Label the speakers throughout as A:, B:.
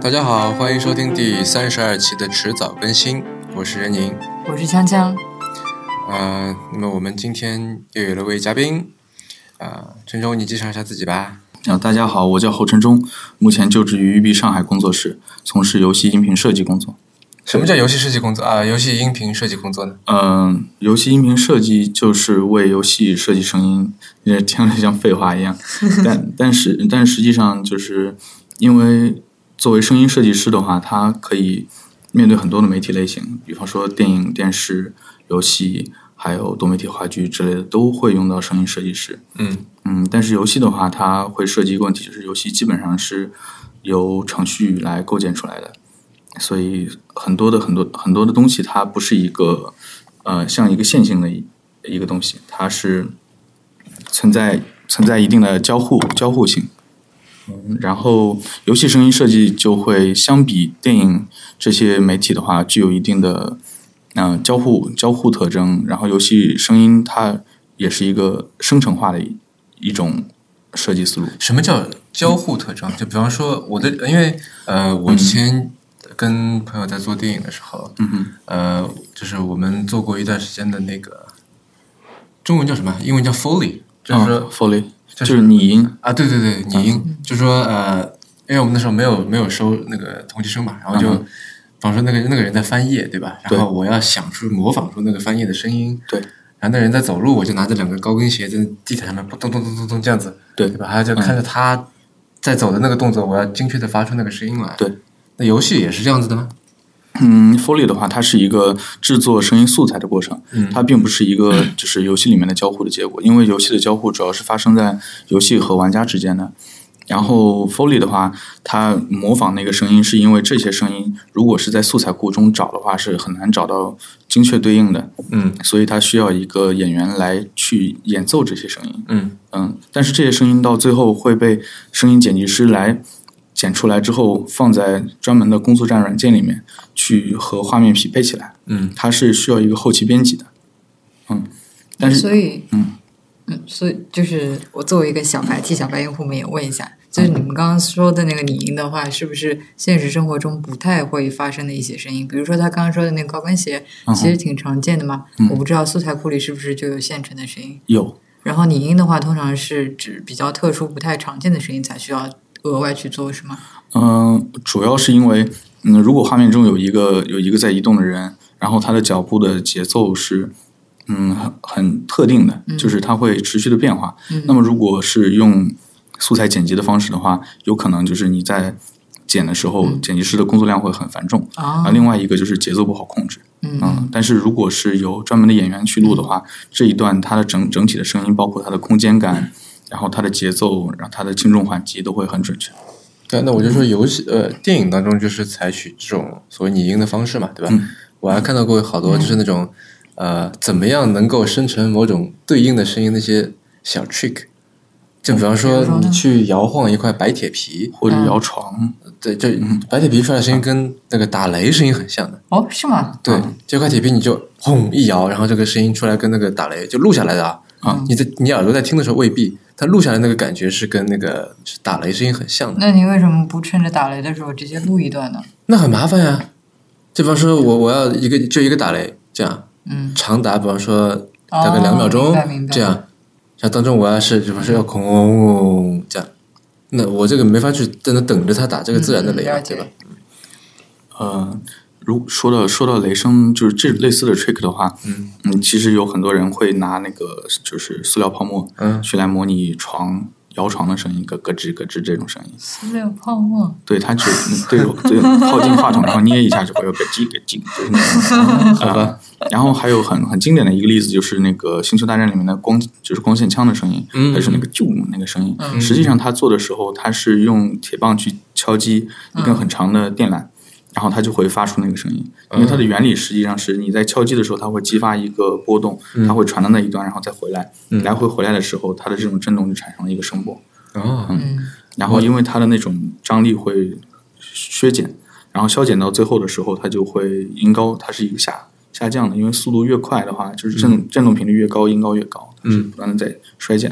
A: 大家好，欢迎收听第三十二期的迟早更新，我是任宁。
B: 我是锵锵，
A: 呃，那么我们今天又有了位嘉宾，啊、陈忠，你介绍一下自己吧。
C: 啊，大家好，我叫侯晨忠，目前就职于育碧上海工作室，从事游戏音频设计工作。
A: 什么叫游戏设计工作啊、游戏音频设计工作呢？
C: 嗯、游戏音频设计就是为游戏设计声音，也听着像废话一样，但但是但实际上就是因为作为声音设计师的话，他可以面对很多的媒体类型，比方说电影、电视、游戏，还有多媒体话剧之类的，都会用到声音设计师。
A: 嗯
C: 嗯，但是游戏的话，它会涉及一个问题，就是游戏基本上是由程序来构建出来的，所以很多的很多很多的东西，它不是一个呃像一个线性的一一个东西，它是存在存在一定的交互交互性。嗯，然后游戏声音设计就会相比电影这些媒体的话，具有一定的嗯、呃交互交互特征。然后游戏声音它也是一个生成化的一一种设计思路。
A: 什么叫交互特征？就比方说我的，因为呃，我之前跟朋友在做电影的时候，
C: 嗯哼，
A: 呃，就是我们做过一段时间的那个中文叫什么？英文叫 Foley，就是说
C: 嗯 Foley，
A: 就
C: 就是是拟音，
A: 啊，对对对，拟音，就说呃，因为我们那时候没有没有收那个同级生嘛，然后就，
C: 嗯
A: 比方说那个那个人在翻页，对吧？然
C: 对
A: 后我要想出模仿出那个翻页的声音，
C: 对，
A: 然后那人在走路，我就拿着两个高跟鞋在地毯上面咚咚咚咚咚咚这样子，
C: 对嗯
A: 对吧？还有就看着他在走的那个动作，我要精确的发出那个声音来。
C: 对，
A: 那游戏也是这样子的吗？
C: 嗯，Foley 的话，它是一个制作声音素材的过程，
A: 嗯
C: 它并不是一个就是游戏里面的交互的结果，因为游戏的交互主要是发生在游戏和玩家之间的。然后 Foley 的话，它模仿那个声音，是因为这些声音如果是在素材库中找的话，是很难找到精确对应的，
A: 嗯
C: 所以它需要一个演员来去演奏这些声音。
A: 嗯
C: 嗯，但是这些声音到最后会被声音剪辑师来剪出来之后，放在专门的工作站软件里面去和画面匹配起来，
A: 嗯，
C: 它是需要一个后期编辑的。嗯，但是
B: 所以，
C: 嗯
B: 嗯所以就是我作为一个小白，替小白用户们也问一下，就是你们刚刚说的那个拟音的话，是不是现实生活中不太会发生的一些声音？比如说他刚刚说的那个高跟鞋，
C: 嗯哼
B: 其实挺常见的嘛。
C: 嗯
B: 我不知道素材库里是不是就有现成的声音。
C: 有
B: 然后拟音的话，通常是指比较特殊、不太常见的声音才需要额外去做，是吗？
C: 嗯、主要是因为嗯，如果画面中有一个有一个在移动的人，然后他的脚步的节奏是嗯很很特定的，就是它会持续的变化。
B: 嗯
C: 那么如果是用素材剪辑的方式的话，有可能就是你在剪的时候，
B: 嗯
C: 剪辑师的工作量会很繁重。
B: 啊
C: 啊，，另外一个就是节奏不好控制，
B: 嗯
C: 嗯，但是如果是由专门的演员去录的话，这一段它的整整体的声音，包括它的空间感，然后它的节奏，然后它的轻重缓急都会很准确。
A: 对，那我就说游戏呃电影当中就是采取这种所谓拟音的方式嘛，对吧？
C: 嗯
A: 我还看到过好多就是那种、呃怎么样能够生成某种对应的声音那些小 trick，就比方说
B: 比如说呢
A: 你去摇晃一块白铁皮，
C: 或者
B: 嗯
C: 摇床，
A: 对，就白铁皮出来的声音跟那个打雷声音很像的，
B: 哦，是吗？
A: 对，这块铁皮你就轰一摇，然后这个声音出来跟那个打雷就录下来的啊。
C: 嗯
A: 你在你耳朵在听的时候未必，它录下来那个感觉是跟那个是打雷声音很像的。
B: 那你为什么不趁着打雷的时候直接录一段呢？
A: 那很麻烦呀。就比方说我我要一个就一个打雷，这样
B: 嗯，
A: 长达比方说大概两秒钟、
B: 哦明白明白
A: 这样，像当中我要是比方说要空这样，那我这个没法去在那等着它打这个自然的雷
B: 嗯
A: 嘛，
B: 了解
A: 对吧？
C: 呃，如说到说到雷声，就是这类似的 trick 的话，
A: 嗯
C: 嗯，其实有很多人会拿那个就是塑料泡沫，
A: 嗯
C: 去来模拟床摇床的声音，咯咯吱咯吱这种声音。
B: 塑料泡沫。
C: 对，它只对着对靠近话筒，然后捏一下就会有咯吱咯吱，就是那种。好吧。然后还有很很经典的一个例子，就是那个《星球大战》里面的光，就是光线枪的声音，
A: 嗯
C: 还是那个啾那个声音。
B: 嗯
C: 实际上，它做的时候，它是用铁棒去敲击一根很长的电缆，然后它就会发出那个声音。因为它的原理实际上是你在敲击的时候，它会激发一个波动，它会传到那一端，然后再回来，
A: 嗯
C: 来回回来的时候，它的这种震动就产生了一个声波。
A: 哦，
B: 嗯
C: 然后因为它的那种张力会削减，然后消减到最后的时候，它就会音高，它是一个下下降的，因为速度越快的话，就是振、振动频率越高，音高越高，它是不断的在衰减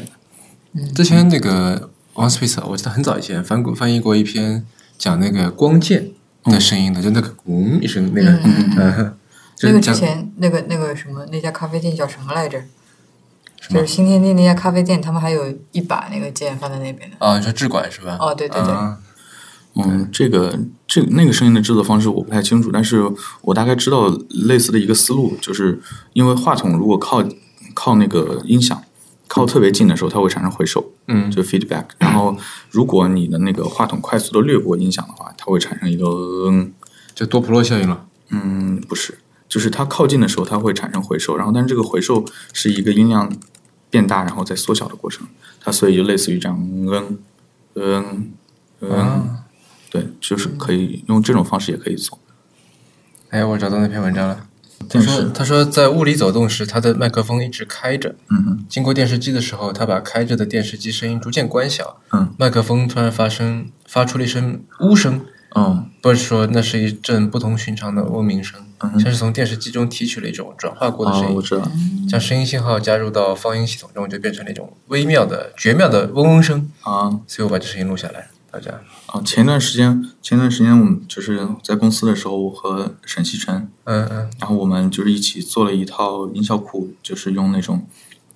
C: 的。
A: 之前那个 One Space，我记得很早以前翻过翻译过一篇讲那个光剑的声音的，就那个嗡一声那个，嗯， 就
B: 那
A: 是
B: 个之
A: 讲
B: 前那个那个什么那家咖啡店叫什么来着？
A: 什
B: 就
A: 么
B: 是新天地那家咖啡店，他们还有一把那个剑放在那边的。
A: 啊，你说智管是吧？
B: 哦对对对
A: 啊
C: 嗯，这个这那个声音的制作方式我不太清楚，但是我大概知道类似的一个思路，就是因为话筒如果靠靠那个音响靠特别近的时候，它会产生回首，
A: 嗯
C: 就 feedback。然后如果你的那个话筒快速的掠过音响的话，它会产生一个嗯，
A: 就多普勒效应了。
C: 嗯不是，就是它靠近的时候它会产生回首，然后但是这个回首是一个音量变大然后再缩小的过程，它所以就类似于这样嗯嗯嗯，
A: 啊，
C: 对，就是可以用这种方式也可以做。
A: 哎，我找到那篇文章了。他
C: 但
A: 说
C: 是，
A: 他说在物理走动时，他的麦克风一直开着。
C: 嗯哼，
A: 经过电视机的时候，他把开着的电视机声音逐渐关小。
C: 嗯，
A: 麦克风突然发声，发出了一声呜声，
C: 嗯
A: 不是说那是一阵不同寻常的嗡鸣声，
C: 嗯哼
A: 像是从电视机中提取了一种转化过的声
C: 哦，
A: 音，
C: 我知道，
A: 将声音信号加入到放音系统中，就变成了一种微妙的、绝妙的嗡嗡声。
C: 啊，
A: 所以我把这声音录下来，大家。
C: 哦，前段时间，前段时间我们就是在公司的时候，我和沈西晨，
A: 嗯嗯
C: 然后我们就是一起做了一套音效库，就是用那种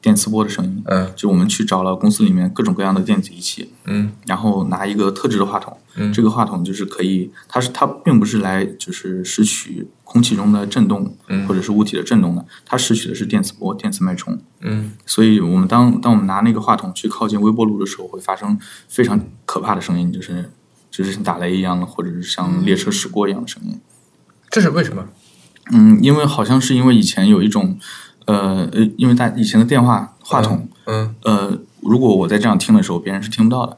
C: 电磁波的声音，
A: 嗯
C: 就我们去找了公司里面各种各样的电子仪器，
A: 嗯
C: 然后拿一个特制的话筒，
A: 嗯
C: 这个话筒就是可以，它是它并不是来就是拾取空气中的震动，
A: 嗯
C: 或者是物体的震动的，它拾取的是电磁波、电磁脉冲，
A: 嗯
C: 所以我们当当我们拿那个话筒去靠近微波炉的时候，会发生非常可怕的声音，就是就是像打雷一样的，或者是像列车驶过一样的声音。
A: 这是为什么？
C: 嗯，因为好像是因为以前有一种，呃呃，因为大以前的电话话筒，
A: 嗯
C: 呃，如果我在这样听的时候，别人是听不到的。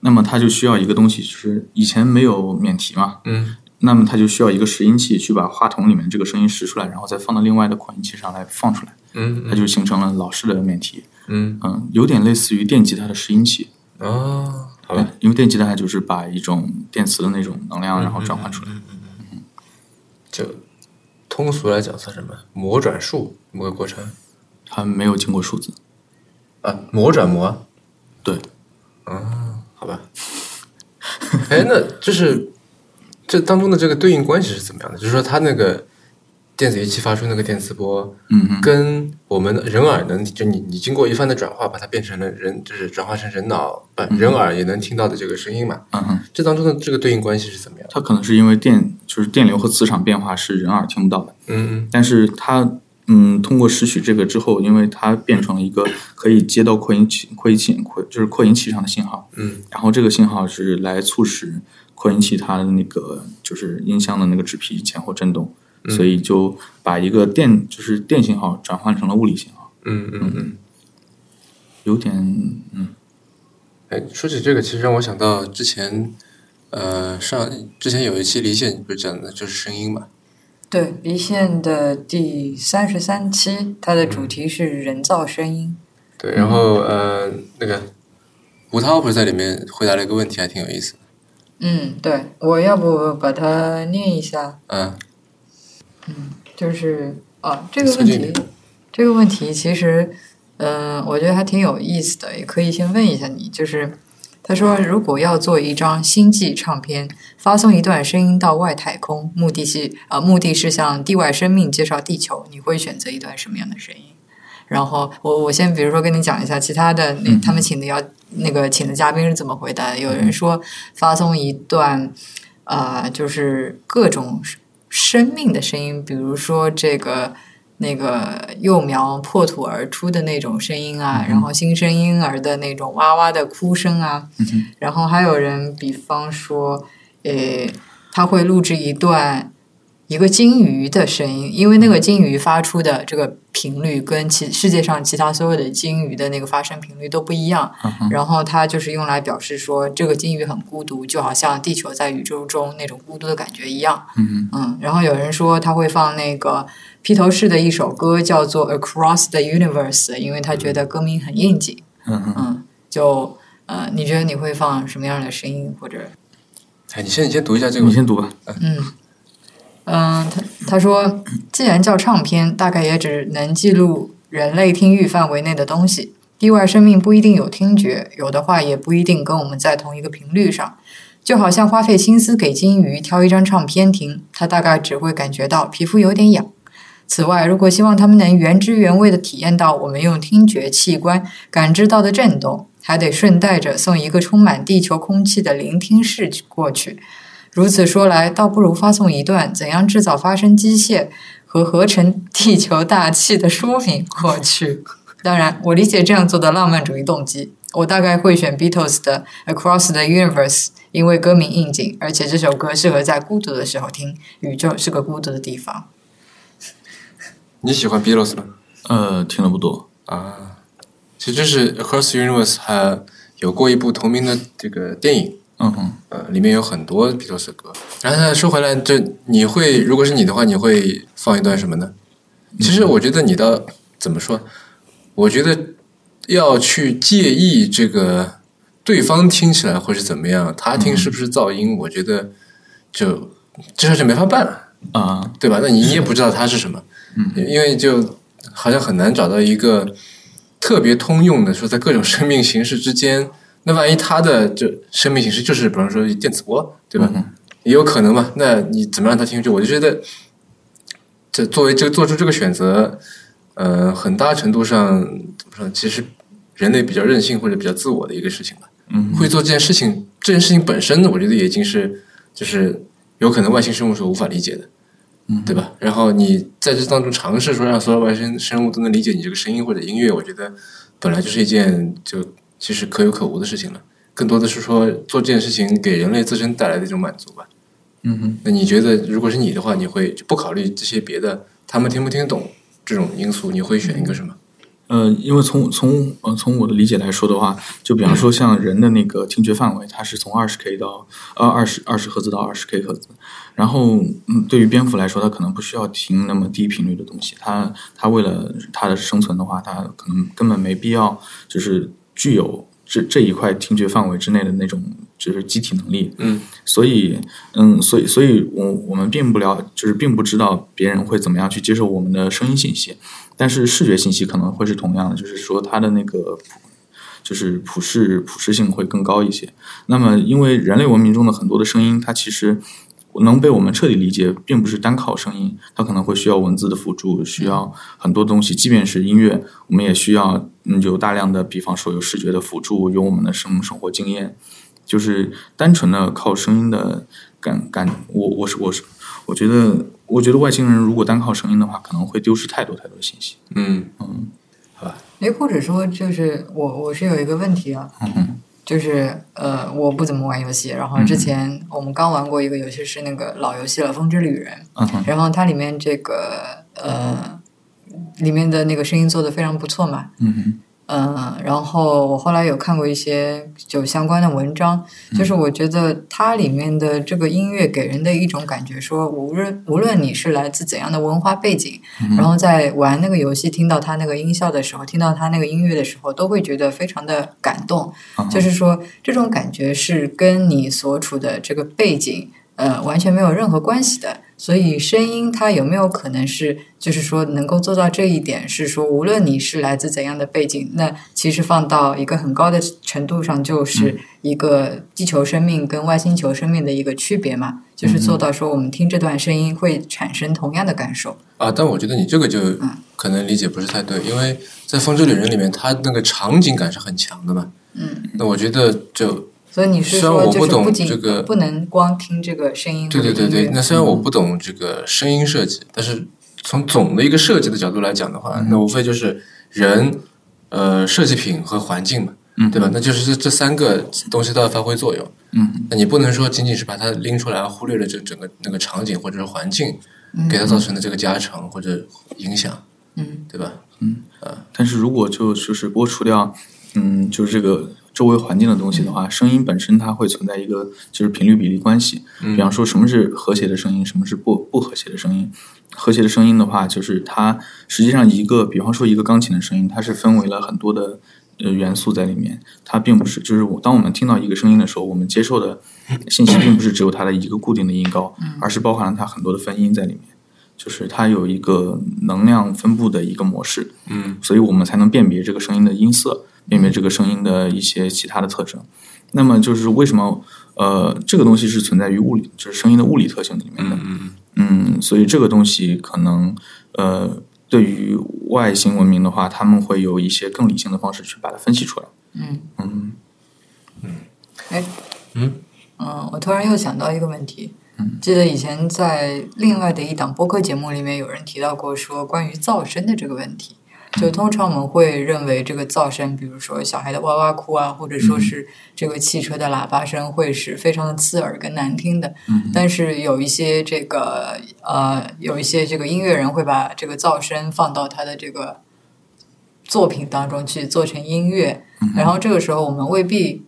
C: 那么它就需要一个东西，就是以前没有免提嘛，
A: 嗯
C: 那么它就需要一个拾音器去把话筒里面这个声音拾出来，然后再放到另外的扩音器上来放出来，
A: 嗯
C: 它就形成了老式的免提。
A: 嗯
C: 嗯，有点类似于电吉他的拾音器，
A: 哦，好
C: 对
A: 吧，，
C: 因为电吉他它就是把一种电磁的那种能量，然后转换出来。
A: 就通俗来讲算什么？魔转术某个过程
C: 它没有经过数字。
A: 啊，魔转魔。啊
C: 对，
A: 好吧。哎，那就是这当中的这个对应关系是怎么样的？就是说，它那个电子仪器发出那个电磁波，
C: 嗯嗯，
A: 跟我们人耳能，就你你经过一番的转化，把它变成了人，就是转化成人脑，不、人耳也能听到的这个声音嘛？
C: 嗯哼，
A: 这当中的这个对应关系是怎么样的？
C: 它可能是因为电就是电流和磁场变化是人耳听不到的，
A: 嗯
C: 但是它嗯通过拾取这个之后，因为它变成了一个可以接到扩音器、扩音器、扩就是扩音器上的信号，
A: 嗯
C: 然后这个信号是来促使扩音器它的那个就是音箱的那个纸皮前后震动，所以就把一个电就是电信号转换成了物理信号，
A: 嗯嗯嗯。
C: 有点嗯
A: 哎，说起这个，其实让我想到之前，呃，上之前有一期离线不是讲的就是声音嘛？
B: 对，离线的第三十三期，它的
A: 嗯
B: 主题是人造声音。
A: 对，
C: 嗯
A: 然后呃，那个吴涛不是在里面回答了一个问题，还挺有意思的。
B: 嗯，对，我要不把它念一下，
A: 嗯
B: 就是啊，这个
A: 促
B: 问
A: 进
B: 题，这个问题其实，嗯、我觉得还挺有意思的，也可以先问一下你，就是。他说：“如果要做一张星际唱片，发送一段声音到外太空，目的是啊、目的是向地外生命介绍地球，你会选择一段什么样的声音？”然后我我先比如说跟你讲一下其他的那他们请的要那个请的嘉宾是怎么回答的。有人说发送一段呃就是各种生命的声音，比如说这个那个幼苗破土而出的那种声音啊，然后新生婴儿的那种哇哇的哭声啊，然后还有人比方说呃他会录制一段。一个鲸鱼的声音，因为那个鲸鱼发出的这个频率跟其世界上其他所有的鲸鱼的那个发声频率都不一样，
C: 嗯哼
B: 然后它就是用来表示说这个鲸鱼很孤独，就好像地球在宇宙中那种孤独的感觉一样。
C: 嗯哼。
B: 嗯，然后有人说他会放那个披头士的一首歌叫做《Across the Universe》，因为他觉得歌名很应景。
C: 嗯哼
B: 嗯，就呃，你觉得你会放什么样的声音或者
A: 哎，你先你先读一下这个
C: 你，先读吧。
B: 嗯，嗯，他他说，既然叫唱片，大概也只能记录人类听域范围内的东西。地外生命不一定有听觉，有的话也不一定跟我们在同一个频率上。就好像花费心思给金鱼挑一张唱片听，它大概只会感觉到皮肤有点痒。此外，如果希望它们能原汁原味地体验到我们用听觉器官感知到的震动，还得顺带着送一个充满地球空气的聆听室过去。如此说来，倒不如发送一段怎样制造发声机械和合成地球大气的说 明过去。当然，我理解这样做的浪漫主义动机。我大概会选 Beatles 的《Across the Universe》，因为歌名应景，而且这首歌适合在孤独的时候听。宇宙是个孤独的地方。
A: 你喜欢 Beatles 吗？
C: 呃，听的不多。
A: 啊，其实就是 Across the Universe 还有过一部同名的这个电影，
C: 嗯哼，
A: 呃，里面有很多 Beatles 的歌。然后呢，说回来，就你会，如果是你的话，你会放一段什么呢？其实我觉得你的怎么说？我觉得要去介意这个对方听起来会是怎么样，他听是不是噪音，我觉得就这事就没法办了。
C: 啊、
A: 对吧？那你也不知道它是什么，嗯，因为就好像很难找到一个特别通用的，说在各种生命形式之间，那万一它的这生命形式就是，比方说电磁波，对吧？也有可能嘛。那你怎么让它听去？我就觉得，这作为这个做出这个选择，呃，很大程度上怎么说？其实人类比较任性或者比较自我的一个事情吧。
C: 嗯，
A: 会做这件事情，这件事情本身，我觉得也已经是就是有可能外星生物所无法理解的。对吧？然后你在这当中尝试说让所有外星生物都能理解你这个声音或者音乐，我觉得本来就是一件就其实可有可无的事情了。更多的是说做这件事情给人类自身带来的一种满足吧。
C: 嗯哼，
A: 那你觉得如果是你的话，你会就不考虑这些别的，他们听不听得懂这种因素，你会选一个什么？
C: 呃，因为从从呃从我的理解来说的话，就比方说像人的那个听觉范围，它是从二十 K 到呃二十二十赫兹到二十 K 赫兹，然后嗯，对于蝙蝠来说，它可能不需要听那么低频率的东西，它它为了它的生存的话，它可能根本没必要就是具有这这一块听觉范围之内的那种就是机体能力，
A: 嗯，
C: 所以嗯，所以所以我我们并不了，就是并不知道别人会怎么样去接受我们的声音信息，但是视觉信息可能会是同样的，就是说它的那个普，就是普适普适性会更高一些。那么，因为人类文明中的很多的声音，它其实能被我们彻底理解，并不是单靠声音，它可能会需要文字的辅助，需要很多东西，即便是音乐，我们也需要嗯有大量的，比方说有视觉的辅助，有我们的生生活经验，就是单纯的靠声音的感感，我我是我是我觉得。我觉得外星人如果单靠声音的话，可能会丢失太多太多的信息。
A: 嗯，
B: 诶，或者说就是我我是有一个问题啊，就是呃，我不怎么玩游戏，然后之前我们刚玩过一个游戏是那个老游戏了，《风之旅人》，
C: 嗯哼，
B: 然后它里面这个呃里面的那个声音做的非常不错嘛，
C: 嗯哼，
B: 嗯，然后我后来有看过一些就相关的文章，就是我觉得它里面的这个音乐给人的一种感觉说，无论无论你是来自怎样的文化背景，然后在玩那个游戏，听到它那个音效的时候，听到它那个音乐的时候，都会觉得非常的感动。就是说，这种感觉是跟你所处的这个背景，呃，完全没有任何关系的。所以，声音它有没有可能是，就是说能够做到这一点，是说无论你是来自怎样的背景，那其实放到一个很高的程度上，就是
A: 嗯
B: 一个地球生命跟外星球生命的一个区别嘛，就是做到说我们听这段声音会产生同样的感受。
A: 啊，但我觉得你这个就
B: 嗯
A: 可能理解不是太对，因为在《风之旅人》里面，它那个场景感是很强的嘛。
B: 嗯，
A: 那我觉得就
B: 所以你是
A: 虽然
B: 说，
A: 我
B: 就
A: 不
B: 是
A: 懂
B: 不仅
A: 这个
B: 不能光听这个声音
A: 对
B: 或者
A: 对
B: 音乐，
A: 对对，那虽然
C: 嗯
A: 我不懂这个声音设计，但是从总的一个设计的角度来讲的话，那无非就是人、呃设计品和环境嘛，
C: 嗯
A: 对吧？那就是这这三个东西都要发挥作用。
C: 嗯，
A: 那你不能说仅仅是把它拎出来，忽略了这整个那个场景或者是环境
C: 嗯
A: 给它造成的这个加成或者影响，
B: 嗯，
A: 对吧？
C: 但是如果就就是剥除掉，嗯，就是这个周围环境的东西的话，声音本身它会存在一个就是频率比例关系。比方说，什么是和谐的声音，什么是不不和谐的声音？和谐的声音的话，就是它实际上一个，比方说一个钢琴的声音，它是分为了很多的呃元素在里面。它并不是就是我当我们听到一个声音的时候，我们接受的信息并不是只有它的一个固定的音高，而是包含了它很多的分音在里面。就是它有一个能量分布的一个模式，
A: 嗯
C: 所以我们才能辨别这个声音的音色，辨别这个声音的一些其他的特征。那么就是为什么呃，这个东西是存在于物理，就是声音的物理特性里面的。
A: 嗯
C: 嗯，所以这个东西可能呃，对于外星文明的话，他们会有一些更理性的方式去把它分析出来。
B: 嗯
C: 嗯
B: 哎，
A: 嗯
B: 嗯，我突然又想到一个问题，记得以前在另外的一档播客节目里面有人提到过，说关于噪声的这个问题。就通常我们会认为这个噪声，比如说小孩的哇哇哭啊，或者说是这个汽车的喇叭声，会是非常的刺耳跟难听的。
C: 嗯
B: 但是有一些这个呃，有一些这个音乐人会把这个噪声放到他的这个作品当中去做成音乐，然后这个时候我们未必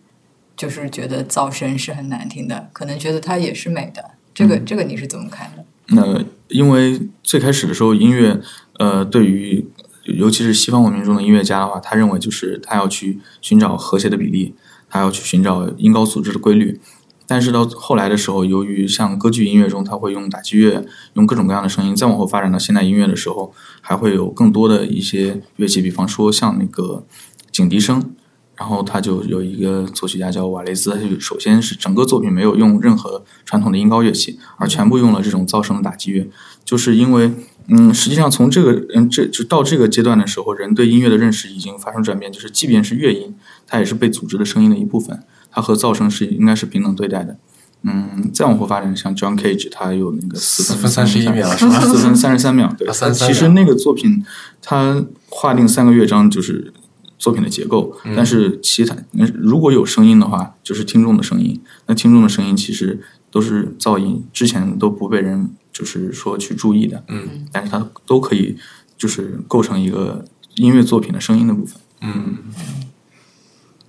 B: 就是觉得噪声是很难听的，可能觉得它也是美的。这个这个你是怎么看的？
C: 那因为最开始的时候，音乐呃，对于尤其是西方文明中的音乐家的话，他认为就是他要去寻找和谐的比例，他要去寻找音高素质的规律。但是到后来的时候，由于像歌剧音乐中，他会用打击乐，用各种各样的声音，再往后发展到现代音乐的时候，还会有更多的一些乐器，比方说像那个警笛声。然后他就有一个作曲家叫瓦雷兹，他就首先是整个作品没有用任何传统的音高乐器，而全部用了这种噪声的打击乐，就是因为，嗯，实际上从这个，嗯，这就到这个阶段的时候，人对音乐的认识已经发生转变，就是即便是乐音，它也是被组织的声音的一部分，它和噪声是应该是平等对待的。嗯，再往后发展，像 John Cage，他有那个四
A: 4分31秒是吧
C: 四分三十三秒，对
A: 啊，33秒
C: 其实那个作品，它划定三个乐章就是作品的结构，但是其他呃如果有声音的话，就是听众的声音，那听众的声音其实都是噪音，之前都不被人就是说去注意的，
A: 嗯，
C: 但是它都可以就是构成一个音乐作品的声音的部分，
A: 嗯，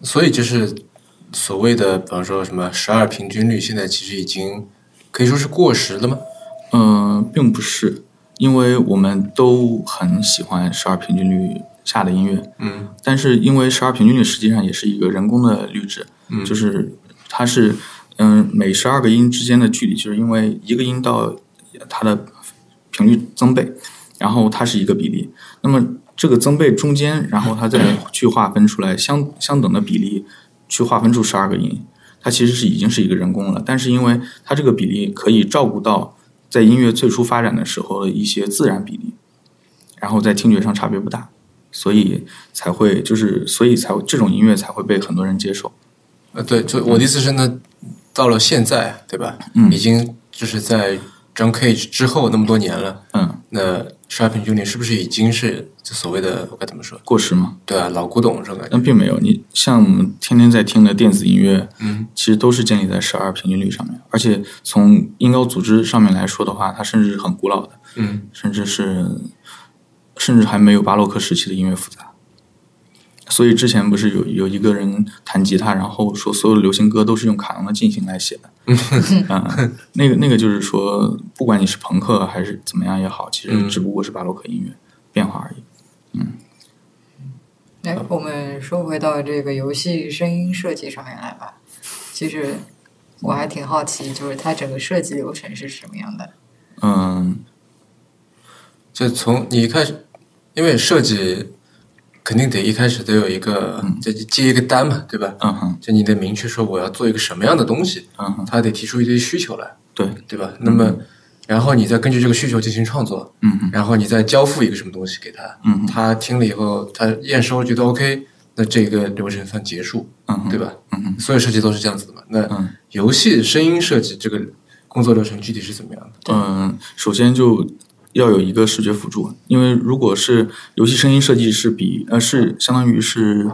A: 所以就是所谓的，比方说什么十二平均律，现在其实已经可以说是过时了吗？
C: 嗯，并不是，因为我们都很喜欢十二平均律下的音乐，
A: 嗯
C: 但是因为十二平均律实际上也是一个人工的律制，
A: 嗯
C: 就是它是嗯每十二个音之间的距离，就是因为一个音到它的频率增倍，然后它是一个比例。那么这个增倍中间，然后它 再去划分出来相相等的比例，去划分出十二个音，它其实是已经是一个人工了。但是因为它这个比例可以照顾到在音乐最初发展的时候的一些自然比例，然后在听觉上差别不大。所以才会就是，所以才会这种音乐才会被很多人接受。
A: 呃，对，就我的意思是呢，到了现在，对吧？
C: 嗯
A: 已经就是在 John Cage 之后那么多年了，
C: 嗯，
A: 那十二平均律是不是已经是就所谓的我该怎么说？
C: 过时吗？
A: 对啊，老古董这种感觉。
C: 但并没有。你像我们天天在听的电子音乐，
A: 嗯，
C: 其实都是建立在十二平均律上面。而且从音高组织上面来说的话，它甚至是很古老的，
A: 嗯，
C: 甚至是甚至还没有巴洛克时期的音乐复杂。所以之前不是有有一个人弹吉他，然后说所有的流行歌都是用卡农的进行来写的。嗯，那个那个就是说，不管你是朋克还是怎么样也好，其实
A: 嗯
C: 只不过是巴洛克音乐变化而已。
B: 来，哎我们说回到这个游戏声音设计上面来吧。其实我还挺好奇，就是它整个设计流程是什么样的？
C: 嗯，
A: 就从你一开始，因为设计肯定得一开始得有一个，就接一个单嘛，对吧？
C: 嗯哼，
A: 就你得明确说我要做一个什么样的东西，
C: 嗯哼，
A: 他得提出一堆需求来，
C: 对，
A: 对吧？那么，然后你再根据这个需求进行创作，
C: 嗯哼，
A: 然后你再交付一个什么东西给他，
C: 嗯哼，
A: 他听了以后，他验收觉得 OK，那这个流程算结束，
C: 嗯哼，
A: 对吧？
C: 嗯哼，
A: 所有设计都是这样子的嘛。那
C: 嗯
A: 游戏声音设计这个工作流程具体是怎么样的？
C: 嗯，首先就要有一个视觉辅助，因为如果是游戏声音设计是比呃是相当于是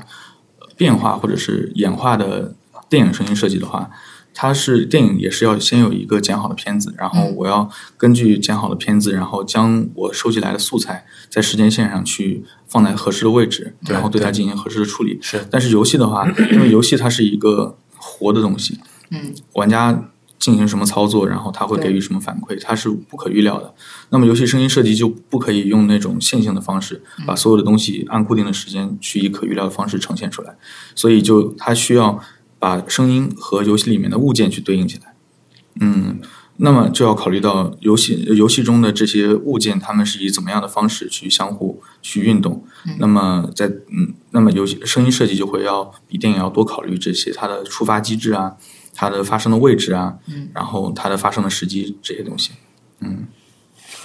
C: 变化或者是演化的电影声音设计的话，它是电影也是要先有一个剪好的片子，然后
B: 嗯
C: 我要根据剪好的片子，然后将我收集来的素材在时间线上去放在合适的位置，
A: 对
C: 然后对
A: 对
C: 它进行合适的处理。
A: 是
C: 但是游戏的话，因为游戏它是一个活的东西，
B: 嗯，
C: 玩家进行什么操作，然后他会给予什么反馈，它是不可预料的。那么游戏声音设计就不可以用那种线性的方式，把所有的东西按固定的时间去以可预料的方式呈现出来，所以就它需要把声音和游戏里面的物件去对应起来。嗯，那么就要考虑到游戏游戏中的这些物件，它们是以怎么样的方式去相互去运动。那么在嗯，那么游戏声音设计就会要比电影要多考虑这些它的触发机制啊，它的发生的位置啊，
B: 嗯
C: 然后它的发生的时机这些东西。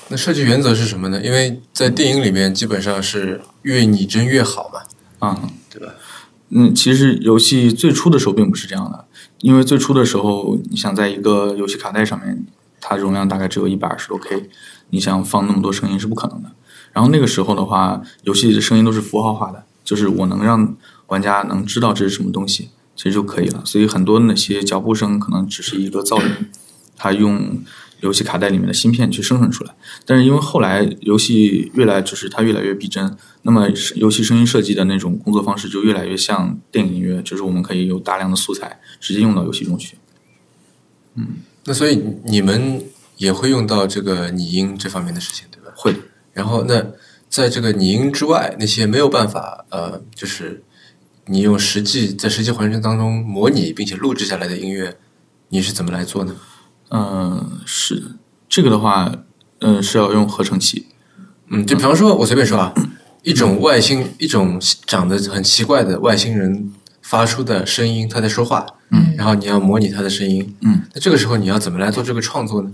A: 那设计原则是什么呢？因为在电影里面基本上是越拟真越好嘛。
C: 啊、
A: 对吧？
C: 嗯，其实游戏最初的时候并不是这样的，因为最初的时候，你想在一个游戏卡带上面，它容量大概只有一百二十多 K，你想放那么多声音是不可能的。然后那个时候的话，游戏的声音都是符号化的，就是我能让玩家能知道这是什么东西，其实就可以了。所以很多那些脚步声可能只是一个噪音，它用游戏卡带里面的芯片去生成出来。但是因为后来游戏越来就是它越来越逼真，那么是游戏声音设计的那种工作方式就越来越像电影音乐，就是我们可以有大量的素材直接用到游戏中去。
A: 那所以你们也会用到这个拟音这方面的事情，对吧？
C: 会的，
A: 然后那在这个拟音之外，那些没有办法呃，就是你用实际在实际环境当中模拟并且录制下来的音乐，你是怎么来做呢？
C: 嗯，是这个的话，嗯、是要用合成器，
A: 嗯，就比方说，我随便说啊，一种外星，一种长得很奇怪的外星人发出的声音，他在说话，
B: 嗯
A: 然后你要模拟他的声音，
C: 嗯，
A: 那这个时候你要怎么来做这个创作呢？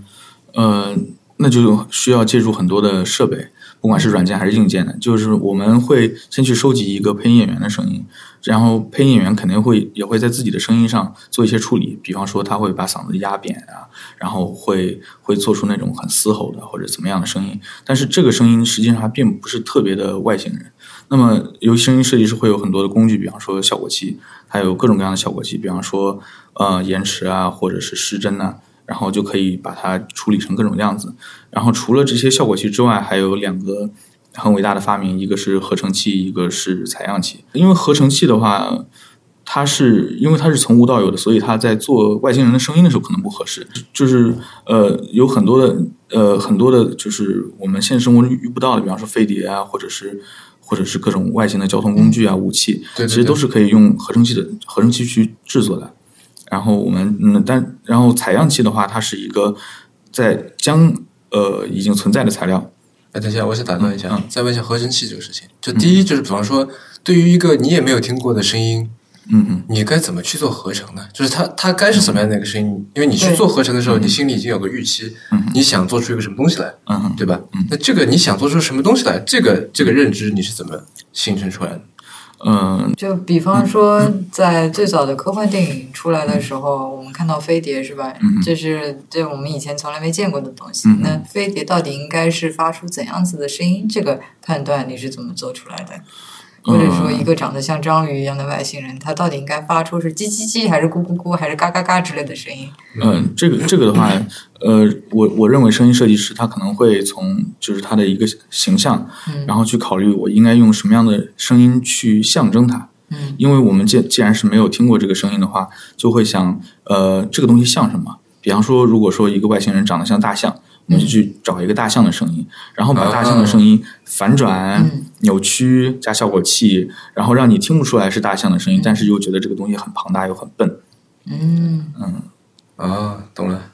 C: 呃，那就需要借助很多的设备，不管是软件还是硬件的。就是我们会先去收集一个配音演员的声音，然后配音演员肯定会也会在自己的声音上做一些处理，比方说他会把嗓子压扁啊，然后会会做出那种很嘶吼的或者怎么样的声音。但是这个声音实际上还并不是特别的外星人。那么，由于声音设计师会有很多的工具，比方说效果器，还有各种各样的效果器，比方说呃延迟啊，或者是失真呐、然后就可以把它处理成各种样子。然后除了这些效果器之外，还有两个很伟大的发明，一个是合成器，一个是采样器。因为合成器的话，它是因为它是从无到有的，所以它在做外星人的声音的时候可能不合适。就是呃，有很多的呃很多的，就是我们现实生活中遇不到的，比方说飞碟啊，或者是。或者是各种外形的交通工具啊、武器，
A: 对对
C: 其实都是可以用合成器的合成器去制作的。然后我们嗯，但然后采样器的话，它是一个在将呃已经存在的材料，
A: 哎，等一下，我想打断一下，
C: 嗯
A: 再问一下合成器这个事情。就第一，就是比方说，对于一个你也没有听过的声音，
C: 嗯嗯，
A: 你该怎么去做合成呢？就是它它该是什么样的一个声音？因为你去做合成的时候，你心里已经有个预期，你想做出一个什么东西来，
C: 嗯哼
A: 对吧？那这个你想做出什么东西来，这个这个认知你是怎么形成出来的？
C: 嗯嗯
B: 就比方说，在最早的科幻电影出来的时候，我们看到飞碟是吧？这是这我们以前从来没见过的东西。
C: 嗯嗯
B: 那飞碟到底应该是发出怎样子的声音？这个判断你是怎么做出来的？或者说，
C: 嗯
B: 一个长得像章鱼一样的外星人，他到底应该发出是叽叽叽，还是咕咕咕，还是嘎嘎嘎之类的声音？
C: 嗯，这个这个的话，呃，我我认为声音设计师他可能会从就是他的一个形象，
B: 嗯
C: 然后去考虑我应该用什么样的声音去象征它。
B: 嗯
C: 因为我们既既然是没有听过这个声音的话，就会想，呃，这个东西像什么？比方说，如果说一个外星人长得像大象，我们就去找一个大象的声音，然后把大象的声音反转、
B: 嗯
C: 扭曲加效果器，然后让你听不出来是大象的声音，但是又觉得这个东西很庞大又很笨。
B: 嗯，
A: 啊，懂了。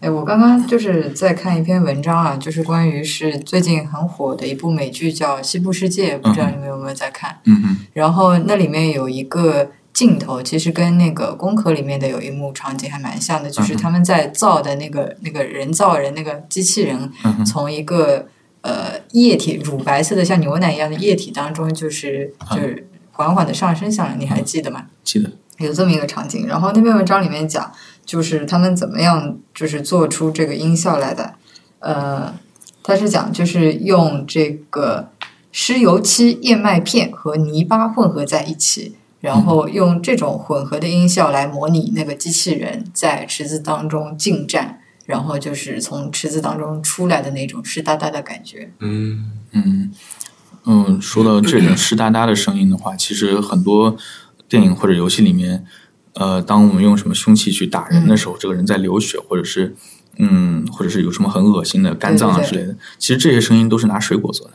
B: 哎，我刚刚就是在看一篇文章啊，就是关于是最近很火的一部美剧叫《西部世界》，不知道你们有没有在看？
C: 嗯嗯
B: 然后那里面有一个镜头，其实跟那个《工壳》里面的有一幕场景还蛮像的，
C: 嗯
B: 就是他们在造的那个那个人造人那个机器人，
C: 嗯哼
B: 从一个呃液体乳白色的像牛奶一样的液体当中，就是
C: 嗯
B: 就是缓缓的上升下来，你还记得吗？
C: 记得，
B: 有这么一个场景。然后那篇文章里面讲，就是他们怎么样就是做出这个音效来的。呃，他是讲就是用这个湿油漆、燕麦片和泥巴混合在一起。然后用这种混合的音效来模拟那个机器人在池子当中进站，然后就是从池子当中出来的那种湿哒哒的感觉。
A: 嗯，
C: 嗯嗯，说到这种湿哒哒的声音的话，其实很多电影或者游戏里面，呃，当我们用什么凶器去打人
B: 嗯
C: 的时候，这个人在流血，或者是嗯，或者是有什么很恶心的肝脏啊
B: 对对
C: 之
B: 对
C: 类的，其实这些声音都是拿水果做的。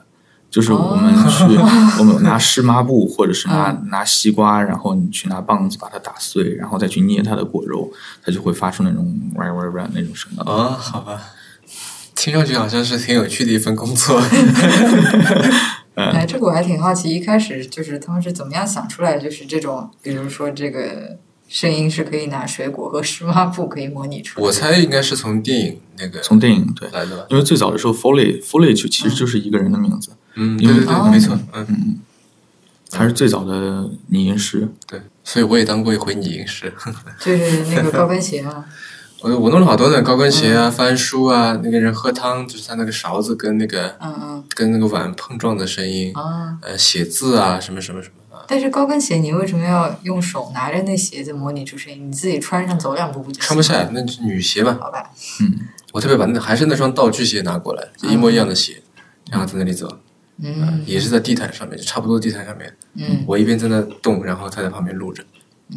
C: 就是我们
B: 哦
C: 去， 我们拿湿抹布，或者是拿
B: 嗯
C: 拿西瓜，然后你去拿棒子把它打碎，然后再去捏它的果肉，它就会发出那种哇哇哇那种声音。呃
A: 啊，好吧。听上去好像是挺有趣的一份工 作，
B: 哎，这个我还挺好奇，一开始就是他们是怎么样想出来，就是这种，比如说这个声音是可以拿水果和湿抹布可以模拟出来。
A: 我猜应该是从电影那个
C: 从电影对，
A: 来的吧？
C: 因为最早的时候 Foley Foley 就
B: 嗯
C: 其实就是一个人的名字，
A: 嗯，对
C: 因
A: 对
C: 为
A: 对，没错，嗯，
C: 他是最早的拟音师。
A: 对，所以我也当过一回拟音师，
B: 就是那个高跟鞋啊嘛，
A: 我我弄了好多呢，高跟鞋啊、翻书啊，那个人喝汤，就是他那个勺子跟那个
B: 嗯
A: 跟那个碗碰撞的声音
B: 嗯，啊。
A: 呃，写字啊，什么什么什么啊，
B: 但是高跟鞋，你为什么要用手拿着那鞋子模拟出声音？你自己穿上走两步不就行
A: 穿不下来，那是女鞋嘛，
B: 好吧，
A: 我特别把那还是那双道具鞋拿过来，就一模一样的鞋，然后在那里走，
B: 哦
A: 啊
B: 嗯
A: 也是在地毯上面，就差不多地毯上面，
B: 嗯
A: 我一边在那动，然后他在旁边录着，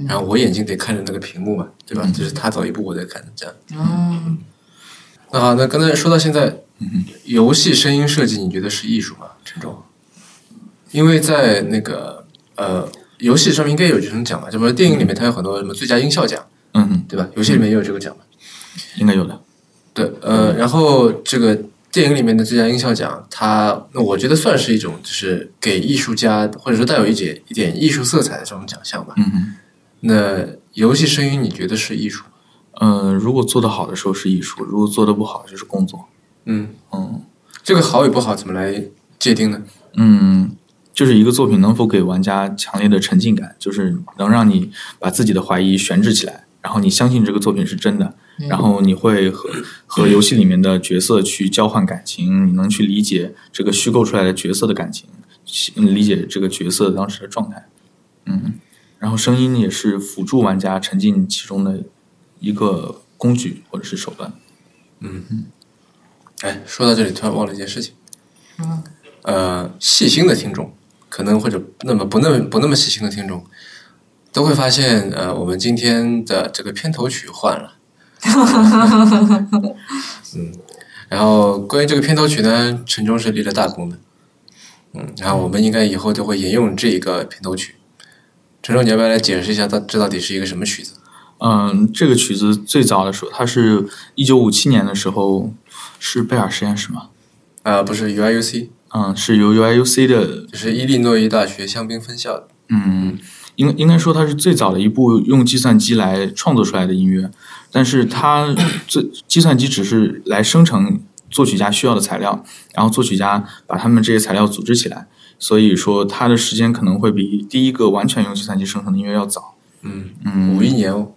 A: 然后我眼睛得看着那个屏幕嘛，对吧？就是他走一步，我在看，这样。
B: 嗯，
A: 那好，那刚才说到现在，游戏声音设计，你觉得是艺术吗？陈总，因为在那个呃游戏上面应该有这种奖吧，就比如电影里面它有很多什么最佳音效奖，
C: 嗯，
A: 对吧？游戏里面也有这个奖嘛。
C: 应该有的。
A: 对，呃，然后这个电影里面的最佳音效奖，它那我觉得算是一种就是给艺术家或者说带有一点一点艺术色彩的这种奖项吧。
C: 嗯嗯，
A: 那游戏声音你觉得是艺术吗？
C: 呃，如果做得好的时候是艺术，如果做得不好就是工作。
A: 嗯，
C: 嗯
A: 这个好与不好怎么来界定呢？
C: 嗯，就是一个作品能否给玩家强烈的沉浸感，就是能让你把自己的怀疑悬置起来，然后你相信这个作品是真的，然后你会和和游戏里面的角色去交换感情，你能去理解这个虚构出来的角色的感情，嗯理解这个角色当时的状态。嗯，然后声音也是辅助玩家沉浸其中的一个工具或者是手段。
A: 哎，说到这里，突然忘了一件事情。
B: 嗯。
A: 呃，细心的听众，可能或者那么不那么不那么细心的听众，都会发现，呃，我们今天的这个片头曲换了。嗯，然后关于这个片头曲呢，陈忠是立了大功的。嗯，然后我们应该以后就会沿用这一个片头曲。陈忠，你要不要来解释一下，它这到底是一个什么曲子？
C: 嗯，这个曲子最早的时候，它是一九五七年的时候，是贝尔实验室嘛？
A: 啊，不是 UIUC，
C: 嗯，是由 UIUC 的，
A: 就是伊利诺伊大学香槟分校的。
C: 嗯，应应该说它是最早的一部用计算机来创作出来的音乐，但是它最 计算机只是来生成作曲家需要的材料，然后作曲家把他们这些材料组织起来，所以说它的时间可能会比第一个完全用计算机生成的音乐要早。
A: 嗯，
C: 嗯，
A: 五一年哦。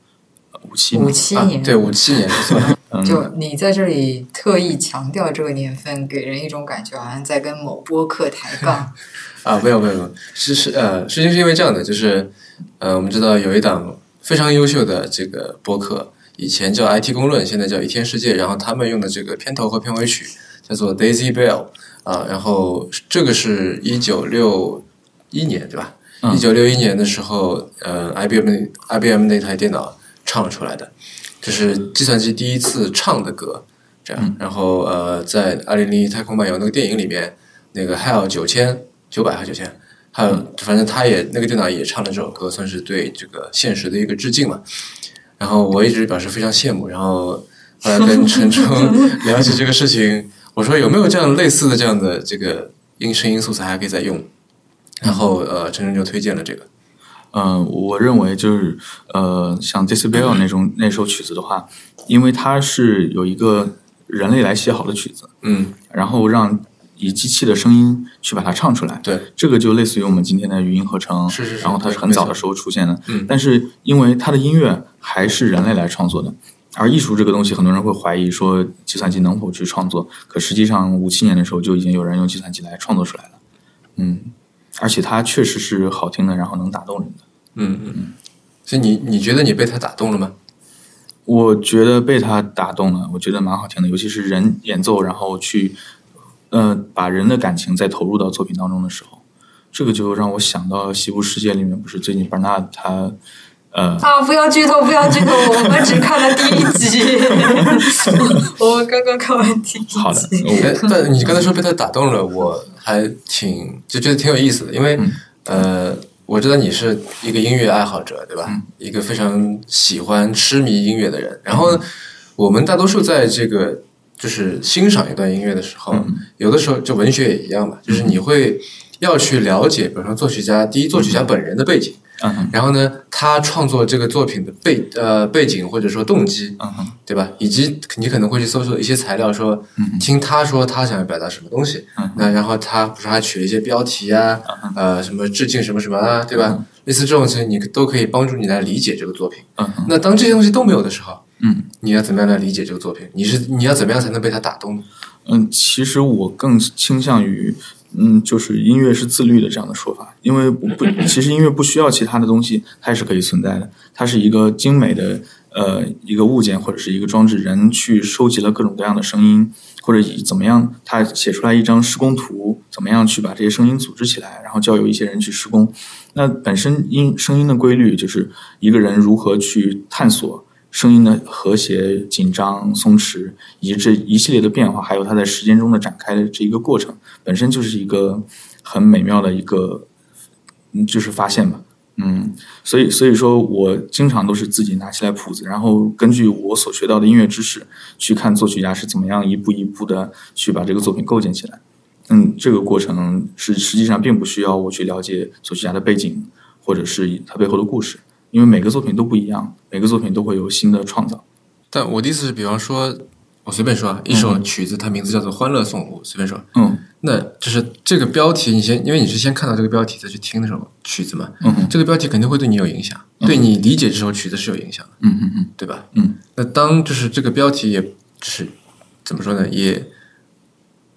C: 五七嘛
B: 五七
A: 啊
B: 年、
A: 对，五七年，错了
B: 就你在这里特意强调这个年份，给人一种感觉，好像在跟某播客抬杠。
A: 啊，没有没有没有，是是呃，事情是因为这样的，就是呃，我们知道有一档非常优秀的这个播客，以前叫 IT 公论，现在叫一天世界，然后他们用的这个片头和片尾曲叫做 Daisy Bell 啊、然后这个是一九六一年对吧？一九六一年的时候，呃，IBM IBM 那台电脑唱出来的，就是计算机第一次唱的歌，这样。然后呃，在《二零零一太空漫游》那个电影里面，那个 HAL 九千九百还是九千，还有反正他也那个电脑也唱了这首歌，算是对这个现实的一个致敬嘛。然后我一直表示非常羡慕，然后后来跟陈冲聊起这个事情，我说有没有这样类似的这样的这个音声音素材还可以再用？然后呃，陈晨就推荐了这个，
C: 呃，我认为就是呃，像 Decibel 那种那首曲子的话，因为它是有一个人类来写好的曲子，
A: 嗯，
C: 然后让以机器的声音去把它唱出来。
A: 对，
C: 这个就类似于我们今天的语音合成，
A: 是是是
C: 然后它是
A: 对
C: 很
A: 没错
C: 早的时候出现的，
A: 嗯
C: 但是因为它的音乐还是人类来创作的，而艺术这个东西，很多人会怀疑说计算机能否去创作，可实际上五七年的时候就已经有人用计算机来创作出来了，嗯，而且它确实是好听的，然后能打动人的。
A: 嗯嗯嗯。所以你你觉得你被他打动了吗？
C: 我觉得被他打动了，我觉得蛮好听的，尤其是人演奏，然后去，呃，把人的感情再投入到作品当中的时候，这个就让我想到《西部世界》里面，不是最近 Bernard 他，呃，
B: 啊！不要剧透，不要剧 透，我们只看了第一集，我我们刚刚看完第一集。
C: 好的，
A: 哎
C: 我
A: 但你刚才说被他打动了，我还挺就觉得挺有意思的，因为、呃，我知道你是一个音乐爱好者，对吧？一个非常喜欢痴迷音乐的人。然后呢我们大多数在这个就是欣赏一段音乐的时候，有的时候就文学也一样吧，就是你会要去了解，比如说作曲家第一作曲家本人的背景，
C: 嗯哼
A: 然后呢，他创作这个作品的背呃背景或者说动机，
C: 嗯哼
A: 对吧？以及你可能会去搜索一些材料说，听他说他想要表达什么东西，
C: 嗯
A: 那然后他不是还取了一些标题啊，呃，什么致敬什么什么啊，对吧？类似这种东西，你都可以帮助你来理解这个作品。
C: 嗯哼
A: 那当这些东西都没有的时候，
C: 嗯
A: 你要怎么样来理解这个作品？你是你要怎么样才能被他打动呢？
C: 嗯，其实我更倾向于，嗯，就是音乐是自律的这样的说法，因为我不，其实音乐不需要其他的东西，它也是可以存在的。它是一个精美的呃一个物件或者是一个装置，人去收集了各种各样的声音，或者以怎么样，他写出来一张施工图，怎么样去把这些声音组织起来，然后交由一些人去施工。那本身音声音的规律就是一个人如何去探索声音的和谐、紧张、松弛，以及这一系列的变化，还有它在时间中的展开的这一个过程，本身就是一个很美妙的一个，嗯就是发现吧。嗯，所以所以说我经常都是自己拿起来谱子，然后根据我所学到的音乐知识，去看作曲家是怎么样一步一步的去把这个作品构建起来。嗯，这个过程是实际上并不需要我去了解作曲家的背景或者是他背后的故事，因为每个作品都不一样，每个作品都会有新的创造。
A: 但我的意思是，比方说，我随便说啊，一首曲子，它名字叫做《欢乐颂》，我随便说，
C: 嗯
A: 那就是这个标题，你先，因为你是先看到这个标题再去听那首曲子嘛，
C: 嗯哼
A: 这个标题肯定会对你有影响，对你理解这首曲子是有影响的，
C: 嗯嗯嗯
A: 对吧？
C: 嗯，
A: 那当就是这个标题也是怎么说呢？也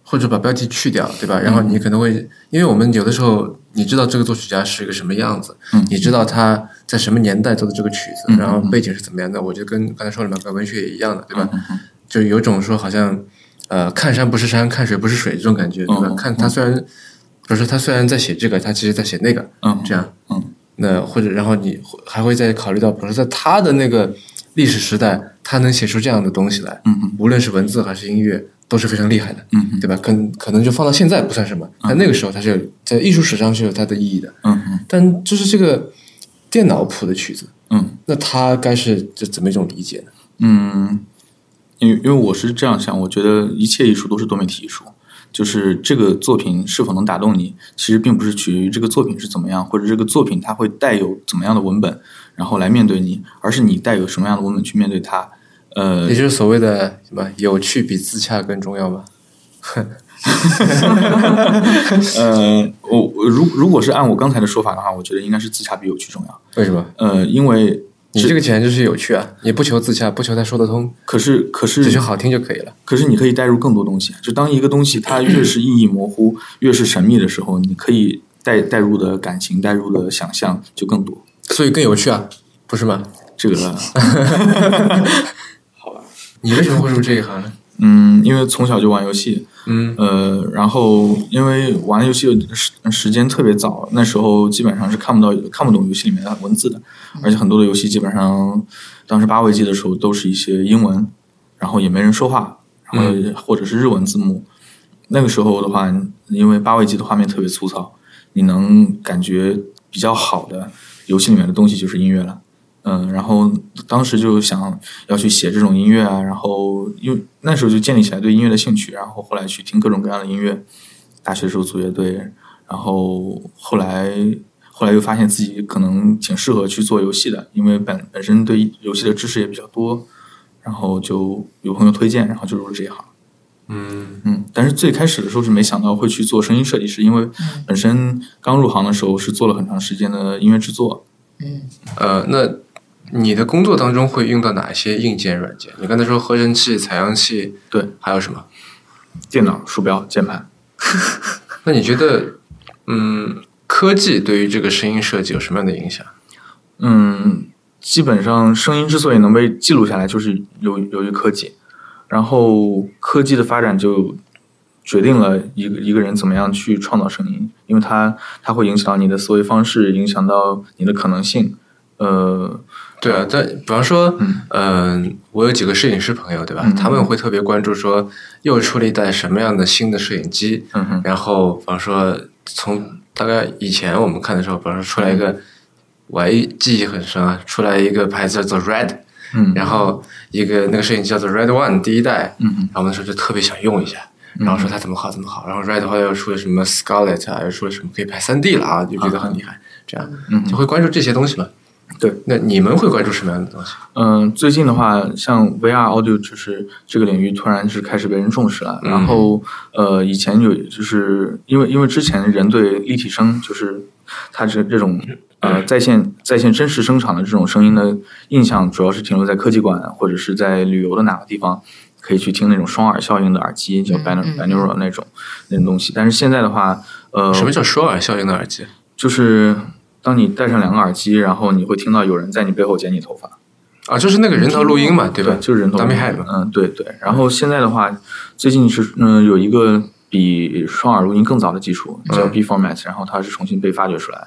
A: 或者把标题去掉，对
C: 嗯
A: 吧？然后你可能会，因为我们有的时候你知道这个作曲家是一个什么样子，
C: 嗯
A: 你知道他在什么年代做的这个曲子，
C: 嗯
A: 然后背景是怎么样的。我就跟刚才说了嘛，跟文学也一样的，对吧？
C: 嗯嗯
A: 就有种说好像呃看山不是山，看水不是水这种感觉，对吧？
C: 嗯
A: 看他虽然，比如说他虽然在写这个，他其实在写那个，
C: 嗯
A: 这样，
C: 嗯，
A: 那或者然后你还会再考虑到，比如说在他的那个历史时代，他能写出这样的东西来，
C: 嗯嗯
A: 无论是文字还是音乐，都是非常厉害的，
C: 嗯嗯
A: 对吧？可可能就放到现在不算什么，但那个时候它是有在艺术史上是有它的意义的。
C: 嗯嗯
A: 但就是这个电脑谱的曲子，
C: 嗯
A: 那它该是这怎么一种理解呢？
C: 嗯，因为因为我是这样想，我觉得一切艺术都是多媒体艺术，就是这个作品是否能打动你，其实并不是取决于这个作品是怎么样，或者这个作品它会带有怎么样的文本，然后来面对你，而是你带有什么样的文本去面对它。
A: 也，
C: 呃
A: 就是所谓的什么有趣比自洽更重要吗？
C: 呃，我我如如果是按我刚才的说法的话，我觉得应该是自洽比有趣重要。
A: 为什么？
C: 呃，因为
A: 你这个简直就是有趣啊！你不求自洽，不求它说得通，
C: 可是可是
A: 只求好听就可以了。
C: 可是你可以带入更多东西。啊就当一个东西它越是意义模糊、越是神秘的时候，你可以带带入的感情、带入的想象就更多。
A: 所以更有趣啊，不是吗？
C: 这个，
A: 你为什么会入这一行呢？
C: 嗯，因为从小就玩游戏，
A: 嗯，
C: 呃，然后因为玩游戏的时时间特别早，那时候基本上是看不到、看不懂游戏里面的文字的，而且很多的游戏基本上当时八位机的时候都是一些英文，然后也没人说话，然后或者是日文字幕。那个时候的话，因为八位机的画面特别粗糙，你能感觉比较好的游戏里面的东西就是音乐了。嗯，然后当时就想要去写这种音乐啊，然后因为那时候就建立起来对音乐的兴趣，然后后来去听各种各样的音乐，大学时候组乐队，然后后来后来又发现自己可能挺适合去做游戏的，因为本本身对游戏的知识也比较多，然后就有朋友推荐，然后就入了这一行。
A: 嗯，
C: 嗯，但是最开始的时候是没想到会去做声音设计师，因为本身刚入行的时候是做了很长时间的音乐制作，
B: 嗯，
A: 呃，那你的工作当中会用到哪些硬件、软件？你刚才说合成器、采样器，
C: 对，
A: 还有什么？
C: 电脑、鼠标、键盘。
A: 那你觉得，嗯，科技对于这个声音设计有什么样的影响？
C: 嗯，基本上声音之所以能被记录下来，就是由由于科技，然后科技的发展就决定了一个一个人怎么样去创造声音，因为它它会影响你的思维方式，影响到你的可能性。呃，
A: 对啊，但比方说，嗯、我有几个摄影师朋友，对吧？
C: 嗯
A: 他们会特别关注说，又出了一代什么样的新的摄影机，
C: 嗯哼，
A: 然后比方说从大概以前我们看的时候，比方说出来一
C: 嗯
A: 个，我还记忆很深啊，出来一个牌子叫做 Red，
C: 嗯，
A: 然后一个那个摄影机叫做 Red One 第一代，
C: 嗯哼嗯
A: 然后我那时候就特别想用一下。然后说它怎么好怎么好，然后 Red 后来又出了什么 Scarlet 啊，又出了什么可以拍三 D 了啊，就觉得很厉害。这样
C: 嗯
A: 就会关注这些东西嘛。
C: 对，
A: 那你们会关注什么样的东西？
C: 嗯，最近的话，像 VR audio 就是这个领域突然是开始被人重视了。然后，呃，以前有就是因为因为之前人对立体声，就是它这这种呃在线在线真实声场的这种声音的印象，主要是停留在科技馆或者是在旅游的哪个地方可以去听那种双耳效应的耳机，叫
B: 嗯
C: binaural
B: 嗯
C: binaural 那种那种东西。但是现在的话，呃，
A: 什么叫双耳效应的耳机？
C: 就是当你戴上两个耳机，然后你会听到有人在你背后剪你头发。
A: 啊，就是那个人头录音嘛，对吧？
C: 嗯就是人头。
A: dummy head 嘛
C: 嗯，对对。然后现在的话，最近是嗯、有一个比双耳录音更早的技术叫
A: 嗯
C: B Format，然后它是重新被发掘出来，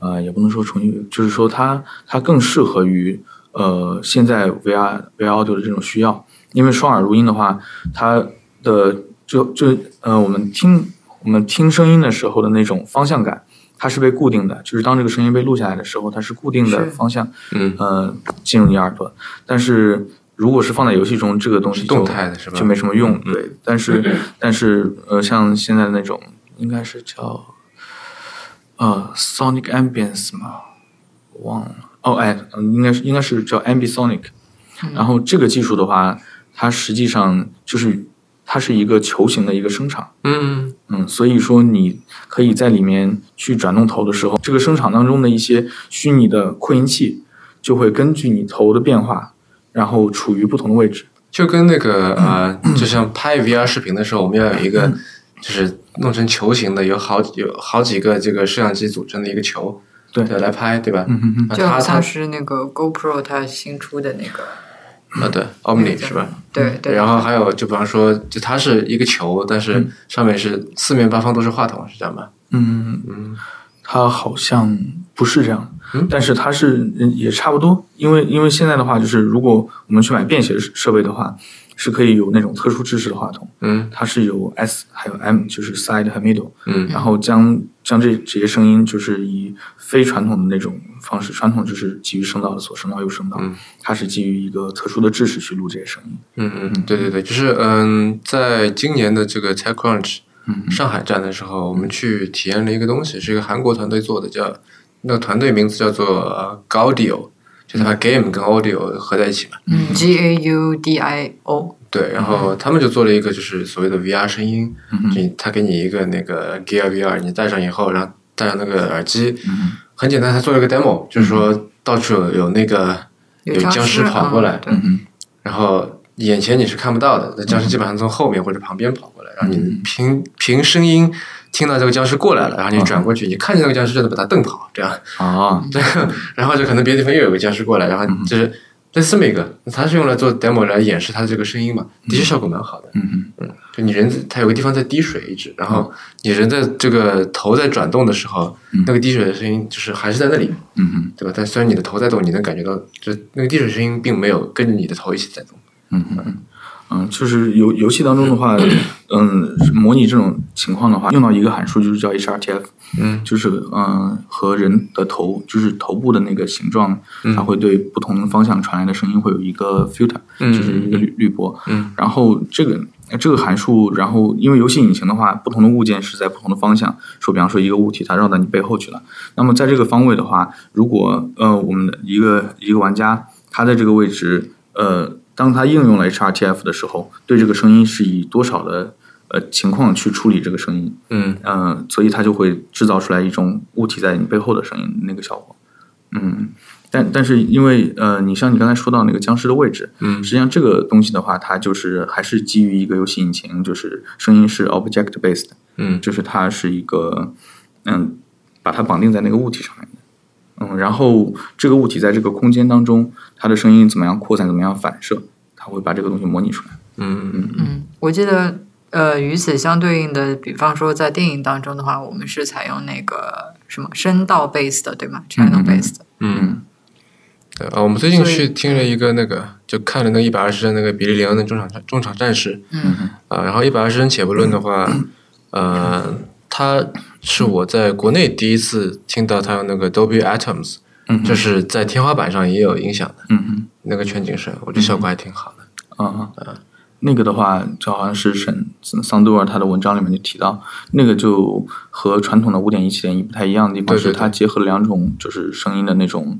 C: 呃，也不能说重新，就是说它它更适合于呃现在 VR VR audio 的这种需要，因为双耳录音的话，它的就就呃我们听我们听声音的时候的那种方向感。它是被固定的，就是当这个声音被录下来的时候，它是固定的
B: 是
C: 方向，
A: 嗯，
C: 呃，进入你耳朵。但是如果是放在游戏中，这个东西
A: 是
C: 就
A: 动态的是吧嗯
C: 就没什么用。对，但是但是呃，像现在那种应该是叫呃 Sonic Ambience 嘛，我忘了。哦，哎，嗯应该是应该是叫 Ambisonic。然
A: 嗯
C: 后这个技术的话，它实际上就是它是一个球形的一个声场。
A: 嗯，
C: 嗯，所以说你可以在里面去转动头的时候，这个声场当中的一些虚拟的扩音器就会根据你头的变化，然后处于不同的位置。
A: 就跟那个呃，就像拍 VR 视频的时候，我们要有一个
C: 嗯
A: 就是弄成球形的，有好有好几个这个摄像机组成的一个球，
C: 对
A: 来拍，对吧？
C: 嗯哼哼，
A: 啊
B: 就好
A: 它
B: 像
A: 它
B: 是那个 GoPro 它新出的那个，
A: 啊，对，Omni 是吧？？
B: 对对。
A: 然后还有，就比方说，就它是一个球，但是上面是四面八方都是话筒，是这样吧？
C: 嗯
A: 嗯，
C: 它好像不是这样，
A: 嗯
C: 但是它是嗯也差不多，因为因为现在的话，就是如果我们去买便携设备的话，是可以有那种特殊支持的话筒，
A: 嗯
C: 它是有 S 还有 M，就是 side 和 middle，
A: 嗯
C: 然后将将这这些声音，就是以非传统的那种方式，传统就是基于声道的左声道右声道，
A: 嗯
C: 它是基于一个特殊的制式去录这些声音。
A: 嗯嗯，对对对，就是嗯，在今年的这个 TechCrunch
C: 嗯
A: 上海站的时候，我们去体验了一个东西，是一个韩国团队做的，叫那个团队名字叫做呃 Gaudio，就它把 game 跟 audio 合在一起嘛。
B: 嗯，G A U D I O，
A: 对，然后他们就做了一个就是所谓的 VR 声音，
C: 嗯
A: 就你他给你一个那个 Gear VR，你戴上以后，然后戴上那个耳机，很简单，他做了一个 demo，就是说到处有有那个有
B: 僵
A: 僵尸跑过来
B: 嗯，对，
C: 嗯
A: 然后眼前你是看不到的，那僵尸基本上从后面或者旁边跑过来，然后你凭凭声音听到这个僵尸过来了，然后你转过去，你看见那个僵尸就能把它瞪跑，这样，
C: 啊，
A: 对，然后就可能别的地方又有个僵尸过来，然后就是类似这么一个，它是用来做 demo 来演示它的这个声音嘛，的确效果蛮好的。
C: 嗯
A: 就你人在，它有个地方在滴水一直，然后你人在这个头在转动的时候，那个滴水的声音就是还是在那里，
C: 嗯嗯
A: 对吧？但虽然你的头在动，你能感觉到，就那个滴水声音并没有跟着你的头一起在动。
C: 嗯嗯嗯，就是游游戏当中的话，嗯，模拟这种情况的话，用到一个函数就是叫 HRTF，
A: 嗯
C: 就是嗯、和人的头，就是头部的那个形状，它会对不同方向传来的声音会有一个 filter，、
A: 嗯
C: 就是一个滤滤波。
A: 嗯，
C: 然后这个这个函数，然后因为游戏引擎的话，不同的物件是在不同的方向，说比方说一个物体它绕到你背后去了，那么在这个方位的话，如果呃我们的一个一个玩家他在这个位置，呃，当他应用了 HRTF 的时候，对这个声音是以多少的呃情况去处理这个声音，
A: 嗯
C: 嗯，所以它就会制造出来一种物体在你背后的声音那个效果。嗯，但但是因为呃，你像你刚才说到那个僵尸的位置，
A: 嗯
C: 实际上这个东西的话，它就是还是基于一个游戏引擎，就是声音是 object based，
A: 嗯
C: 就是它是一个嗯，把它绑定在那个物体上面的。嗯，然后这个物体在这个空间当中，它的声音怎么样扩散，怎么样反射，它会把这个东西模拟出来。
A: 嗯
B: 嗯，我记得呃，与此相对应的，比方说在电影当中的话，我们是采用那个什么声道 base 的，对吗？channel base 的，
A: 嗯。对啊，我们最近
B: 所以
A: 去
B: 嗯
A: 听了一个那个，就看了那一百二十帧那个比利林恩的中场战中场战士，
B: 嗯
A: 啊，然后一百二十帧且不论的话，
C: 嗯
A: 呃，它是我在国内第一次听到它用那个 Dolby Atoms，、
C: 嗯哼
A: 就是在天花板上也有音响的
C: 嗯嗯
A: 那个全景声，我觉得效果还挺好的。
C: 啊，那个的话，就好像是沈桑德尔他的文章里面就提到，那个就和传统的五点一七点一不太一样的地
A: 对
C: 方
A: 对
C: 是，
A: 对
C: 它结合了两种就是声音的那种，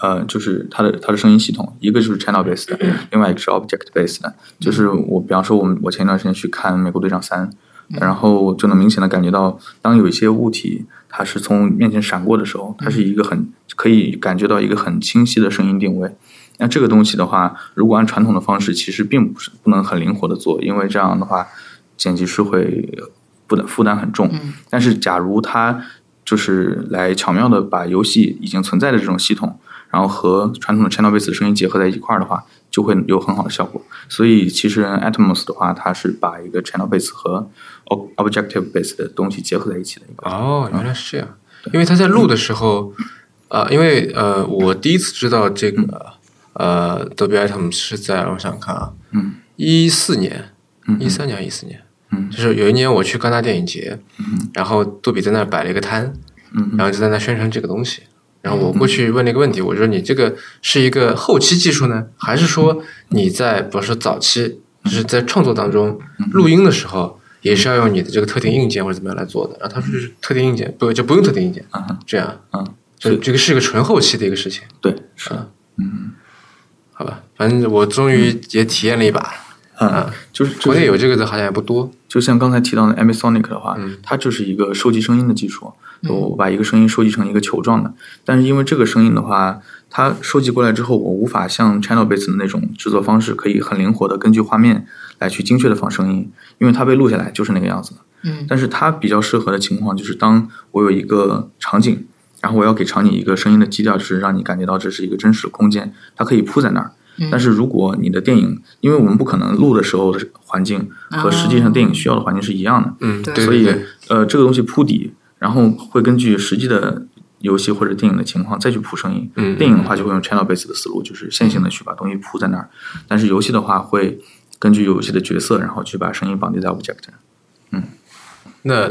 C: 呃，就是它的它的声音系统，一个就是 channel based 的，
A: 嗯
C: 另外一个是 object based 的。就是我比方说我们我前一段时间去看《美国队长三》，
A: 嗯
C: 然后就能明显的感觉到，当有一些物体它是从面前闪过的时候，它
A: 嗯
C: 是一个很可以感觉到一个很清晰的声音定位。那这个东西的话，如果按传统的方式，其实并不是不能很灵活的做，因为这样的话，剪辑师会负担负担很重。
B: 嗯
C: 但是，假如他就是来巧妙的把游戏已经存在的这种系统，然后和传统的 channel base 的声音结合在一块儿的话，就会有很好的效果。所以，其实 Atmos 的话，它是把一个 channel base 和 ob- objective base 的东西结合在一起的一个。
A: 哦，原来是这样。因为他在录的时候，呃，因为呃，我第一次知道这个呃，Dolby Atom 是在我想看啊，
C: 嗯，
A: 一四年，一三年，一四年，
C: 嗯
A: 就是有一年我去戛纳电影节，然后杜比在那儿摆了一个摊，
C: 嗯
A: 然后就在那宣传这个东西。然后我过去问了一个问题，我说你这个是一个后期技术呢，还是说你在比如说早期就是在创作当中
C: 嗯
A: 录音的时候，也是要用你的这个特定硬件或者怎么样来做的？然后他说就是特定硬件，不就不用特定硬件，
C: 嗯
A: 这样，
C: 嗯，
A: 就这个是一个纯后期的一个事情，
C: 对，是的。
A: 好吧？反正我终于也体验了一把，
C: 嗯，就是
A: 国
C: 就是
A: 内有这个的好像也不多，
C: 就像刚才提到的 Amazonic 的话，
A: 嗯
C: 它就是一个收集声音的技术。我把一个声音收集成一个球状的，但是因为这个声音的话，它收集过来之后，我无法像 channel base 的那种制作方式，可以很灵活的根据画面来去精确的放声音，因为它被录下来就是那个样子的。
B: 嗯
C: 但是它比较适合的情况就是，当我有一个场景，然后我要给场景一个声音的基调，就是让你感觉到这是一个真实的空间，它可以铺在那儿。
A: 嗯
C: 但是如果你的电影，因为我们不可能录的时候的环境和实际上电影需要的环境是一样的，
A: 嗯，
B: 对
A: 对，
C: 所以
A: 对
C: 呃，这个东西铺底，然后会根据实际的游戏或者电影的情况再去铺声音。
A: 嗯
C: 电影的话就会用 channel base 的思路，就是线性的去把东西铺在那儿，但是游戏的话会根据游戏的角色，然后去把声音绑定在 object 上。
A: 那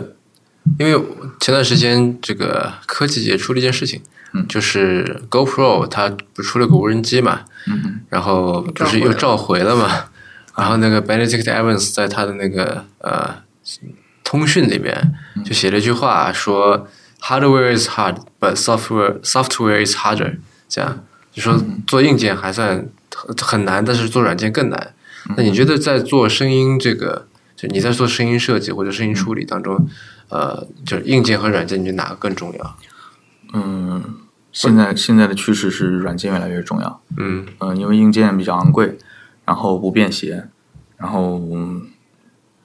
A: 因为前段时间这个科技也出了一件事情，
C: 嗯
A: 就是 GoPro 它不出了个无人机嘛，
C: 嗯
A: 然后不是又召回了啊嘛，然后那个 Benedict Evans 在他的那个呃通讯里面就写了一句话说，Hardware is hard, but software software is harder，这样就说做硬件还算很很难，但是做软件更难。那你觉得在做声音这个，就你在做声音设计或者声音处理当中，呃，就是硬件和软件，你觉得哪个更重要？
C: 嗯，现在现在的趋势是软件越来越重要。
A: 嗯
C: 嗯，因为硬件比较昂贵，然后不便携，然后嗯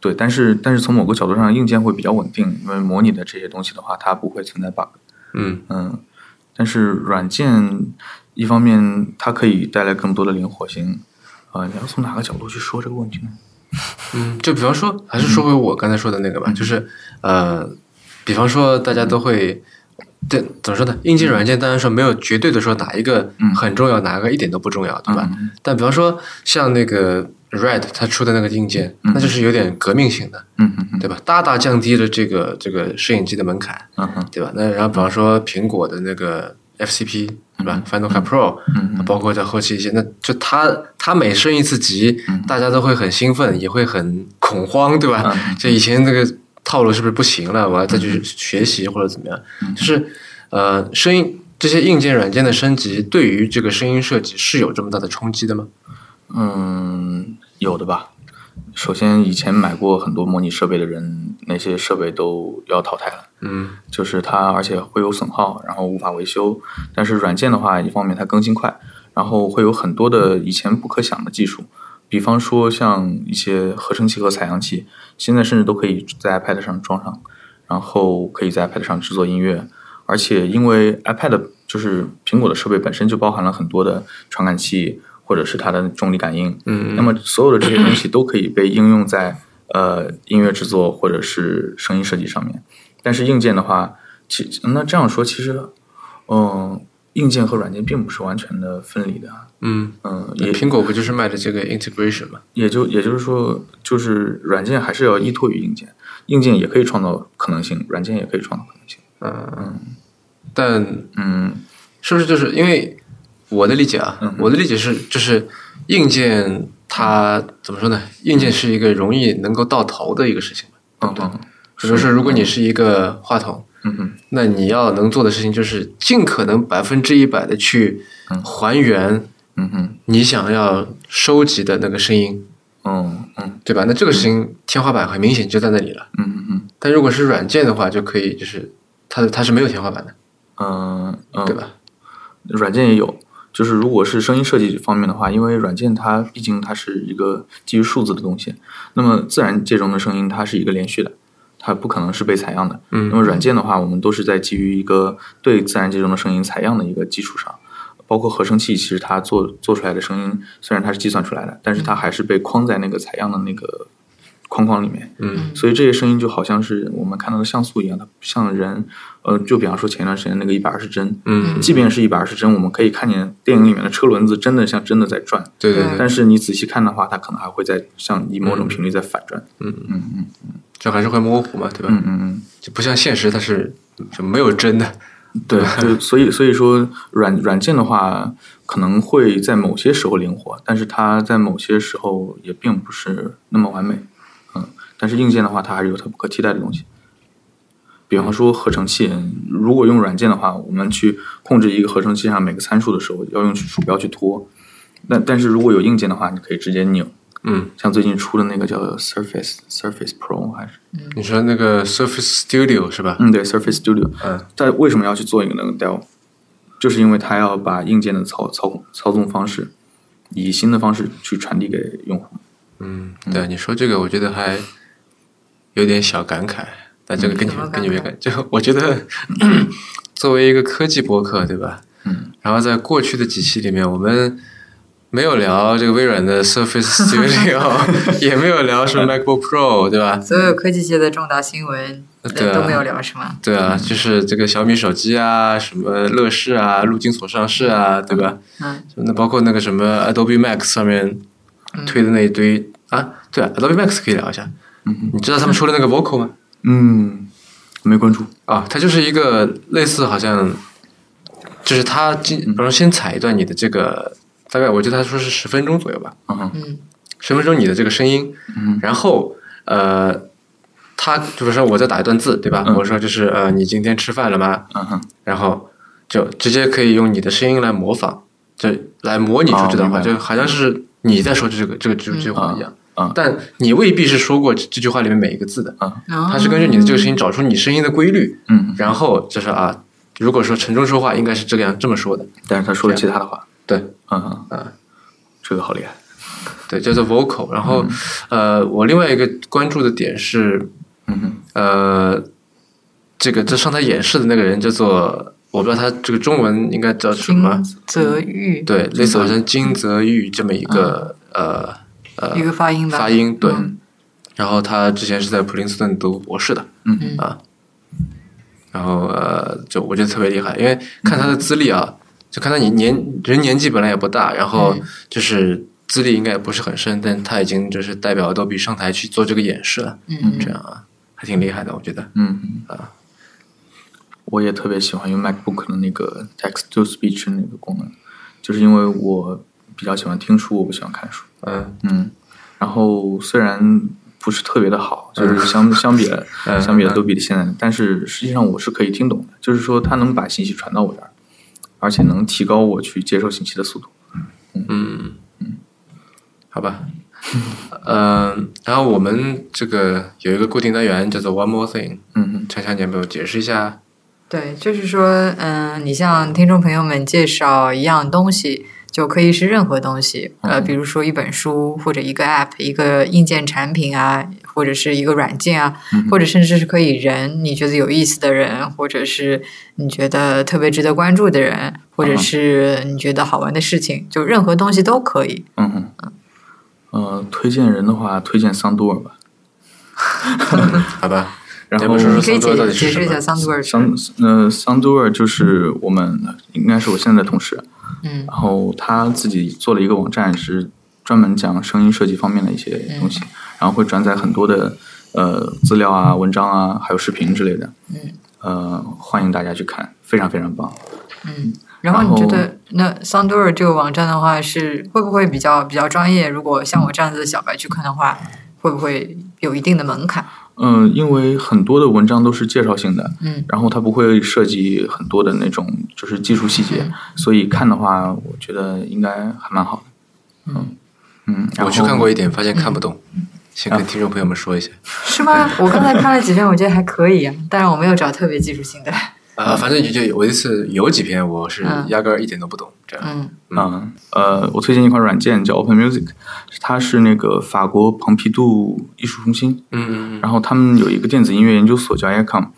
C: 对，但是但是从某个角度上，硬件会比较稳定，因为模拟的这些东西的话，它不会存在 bug。
A: 嗯
C: 嗯，但是软件一方面它可以带来更多的灵活性。啊、你要从哪个角度去说这个问题呢？
A: 嗯，就比方说，还是说回我刚才说的那个
C: 嗯
A: 吧，就是呃，比方说大家都会。对，怎么说呢？硬件、软件，当然说没有绝对的说哪一个很重要，哪个一点都不重要，对吧？
C: 嗯
A: 但比方说像那个 Red 它出的那个硬件，那就是有点革命性的，
C: 嗯嗯嗯
A: 对吧？大大降低了这个这个摄影机的门槛，
C: 嗯嗯
A: 对吧？那然后比方说苹果的那个 FCP，对吧？Final Cut Pro，
C: 嗯嗯
A: 包括在后期一些，那就它它每升一次级，
C: 嗯
A: 大家都会很兴奋，也会很恐慌，对吧？
C: 嗯
A: 就以前那个套路是不是不行了？我要再去学习或者怎么样？
C: 嗯
A: 就是呃，声音这些硬件软件的升级，对于这个声音设计是有这么大的冲击的吗？
C: 嗯，有的吧。首先，以前买过很多模拟设备的人，那些设备都要淘汰了。
A: 嗯
C: 就是它而且会有损耗，然后无法维修。但是软件的话，一方面它更新快，然后会有很多的以前不可想的技术，比方说像一些合成器和采样器，现在甚至都可以在 iPad 上装上，然后可以在 iPad 上制作音乐。而且因为 iPad 就是苹果的设备本身就包含了很多的传感器或者是它的重力感应，
A: 嗯
C: 那么所有的这些东西都可以被应用在呃音乐制作或者是声音设计上面。但是硬件的话，其那这样说，其实嗯、硬件和软件并不是完全的分离的。
A: 嗯，
C: 嗯，也
A: 苹果不就是卖的这个 integration 吗？
C: 也就也就是说，就是软件还是要依托于硬件，硬件也可以创造可能性，软件也可以创造可能性。
A: 但
C: 嗯
A: 是不是就是因为我的理解啊？我的理解是，就是硬件它怎么说呢？硬件是一个容易能够到头的一个事情，
C: 嗯
A: 对
C: 嗯
A: 比如说，如果你是一个话筒，
C: 嗯嗯
A: 那你要能做的事情就是尽可能百分之一百的去
C: 嗯
A: 还原
C: 嗯嗯
A: 你想要收集的那个声音，
C: 嗯嗯
A: 对吧？那这个事情天花板很明显就在那里了。
C: 嗯嗯
A: 但如果是软件的话，就可以就是它它是没有天花板的，
C: 嗯嗯，
A: 对吧？
C: 软件也有，就是如果是声音设计方面的话，因为软件它毕竟它是一个基于数字的东西，那么自然界中的声音它是一个连续的，它不可能是被采样的。
A: 嗯
C: 那么软件的话，我们都是在基于一个对自然界中的声音采样的一个基础上，包括合成器，其实它做做出来的声音虽然它是计算出来的，但是它还是被框在那个采样的那个框框里面。
A: 嗯
C: 所以这些声音就好像是我们看到的像素一样，它不像人。呃，就比方说前段时间那个一百二十帧，
A: 嗯，
C: 即便是一百二十帧，我们可以看见电影里面的车轮子真的像真的在转，
A: 对对对，
C: 但是你仔细看的话，它可能还会在像以某种频率在反转。
A: 嗯嗯
C: 嗯嗯
A: 就还是会模糊嘛，对吧？
C: 嗯嗯
A: 就不像现实，它是就没有真的。
C: 嗯，对对，所以所以说软软件的话，可能会在某些时候灵活，但是它在某些时候也并不是那么完美。嗯，但是硬件的话，它还是有它不可替代的东西。比方说合成器，如果用软件的话，我们去控制一个合成器上每个参数的时候，要用鼠标去拖。那但是如果有硬件的话，你可以直接扭。
A: 嗯，
C: 像最近出的那个叫 Surface Surface Pro 还是
A: 你说那个 Surface Studio 是吧？
C: 嗯对 Surface Studio，
A: 嗯
C: 它为什么要去做一个那个 Dell？就是因为它要把硬件的操操控操纵方式以新的方式去传递给用户。
A: 嗯，对，你说这个，我觉得还有点小感慨，但
C: 嗯
A: 这个跟你
B: 什么
A: 跟你没
B: 感
A: 感，就我觉 得作为一个科技博客，对吧？
C: 嗯，
A: 然后在过去的几期里面，我们没有聊这个微软的 Surface Studio，也没有聊什么 MacBook Pro，对吧？
B: 所有科技界的重大新闻
A: 对啊
B: 都没有聊是吗？
A: 对
C: 嗯
A: 啊，就是这个小米手机啊，什么乐视啊，陆金所上市啊，对吧？
B: 嗯，
A: 那包括那个什么 Adobe Max 上面推的那一堆、啊，对啊，Adobe Max 可以聊一下。
C: 嗯
A: 你知道他们出了那个 Vocal 吗？
C: 嗯，没关注。
A: 啊，它就是一个类似好像，就是它进，比方先采一段你的这个，大概我记得他说是十分钟左右吧，
C: 嗯
A: 十分钟你的这个声音，
C: 嗯
A: 然后呃，他比如说我再打一段字，对吧？
C: 嗯
A: 我说就是呃，你今天吃饭了吗？
C: 嗯哼
A: 然后就直接可以用你的声音来模仿，就来模拟出这段话，
C: 哦明
A: 就
C: 白
A: 好像是你在说这个这个这这句话一样。
C: 嗯
A: 但你未必是说过这这句话里面每一个字的，
B: 它
A: 它是根据你的这个声音找出你声音的规律，
C: 嗯，
A: 然后就是啊，如果说陈忠说话应该是这个样这么说的，
C: 但是他说了其他的话。
A: 对
C: 嗯
A: 嗯
C: 嗯，这个好厉害。
A: 对，叫做 vocal。然后、
B: 嗯
A: 呃，我另外一个关注的点是
C: 嗯哼
A: 呃，这个这上台演示的那个人叫做。我不知道他这个中文应该叫什么，
B: 金泽玉
A: 对，类似好像金泽玉这么一个、
B: 嗯
A: 呃
B: 一个发音
A: 呃
B: 吧，
A: 发音，对。
B: 嗯
A: 然后他之前是在普林斯顿读博士的，
C: 嗯
B: 嗯
A: 啊，然后呃，就我觉得特别厉害，因为看他的资历啊，就看他你年人年纪本来也不大，然后
B: 嗯
A: 就是资历应该也不是很深，但他已经就是代表 Adobe 上台去做这个演示了，
B: 嗯
A: 这样啊，还挺厉害的，我觉得。
C: 嗯
A: 啊，
C: 我也特别喜欢用 MacBook 的那个 Text to Speech 那个功能，就是因为我比较喜欢听书，我不喜欢看书。
A: 嗯
C: 嗯，然后虽然不是特别的好，就是 相相比了
A: 嗯
C: 相比了都比现在的，但是实际上我是可以听懂的，就是说它能把信息传到我这儿，而且能提高我去接受信息的速度。
A: 嗯，好吧， 嗯，然后我们这个有一个固定单元叫做 One More Thing，
C: 嗯嗯
A: 陈强姐没有解释一下？
B: 对，就是说，嗯，你向听众朋友们介绍一样东西，就可以是任何东西，
A: 嗯
B: 呃，比如说一本书或者一个 App、一个硬件产品啊，或者是一个软件啊，
A: 嗯
B: 或者甚至是可以人，你觉得有意思的人，或者是你觉得特别值得关注的人，或者
C: 嗯
B: 是你觉得好玩的事情，就任何东西都可以。
C: 嗯嗯。呃，推荐人的话，推荐桑多尔吧。
A: 好吧，
C: 然
A: 要
C: 后
A: 哎不说
B: 你
A: 说
B: 可
A: 桑多
B: 以解
A: 尔到底是
B: 解释一
A: 什么
B: 下桑杜尔是
C: 桑呃桑多尔就是我们应该是我现在的同事，
B: 嗯
C: 然后他自己做了一个网站，是专门讲声音设计方面的一些东西，然后会转载很多的呃资料啊、文章啊，还有视频之类的。
B: 嗯，
C: 呃，欢迎大家去看，非常非常棒。
B: 然后
C: 然
B: 你觉
C: 后
B: 得那 Sandor 这个网站的话是会不会比较比较专业？如果像我这样子的小白去看的话，会不会有一定的门槛？
C: 嗯、因为很多的文章都是介绍性的，
B: 嗯，
C: 然后它不会涉及很多的那种就是技术细节，所以看的话，我觉得应该还蛮好的。嗯嗯，
A: 我
C: 然后
A: 去看过一点，发现看不懂，先跟听众朋友们说一下。
B: 是吗？我刚才看了几 篇，我觉得还可以啊，但是我没有找特别技术性的。
A: 呃，反正就我这次有几篇我是
B: 嗯
A: 压根儿一点都不懂，这样。
B: 嗯
C: 嗯呃，我推荐一款软件叫 Open Music，它是那个法国蓬皮杜艺术中心，
A: 嗯嗯
C: 然后他们有一个电子音乐研究所叫 Ecom，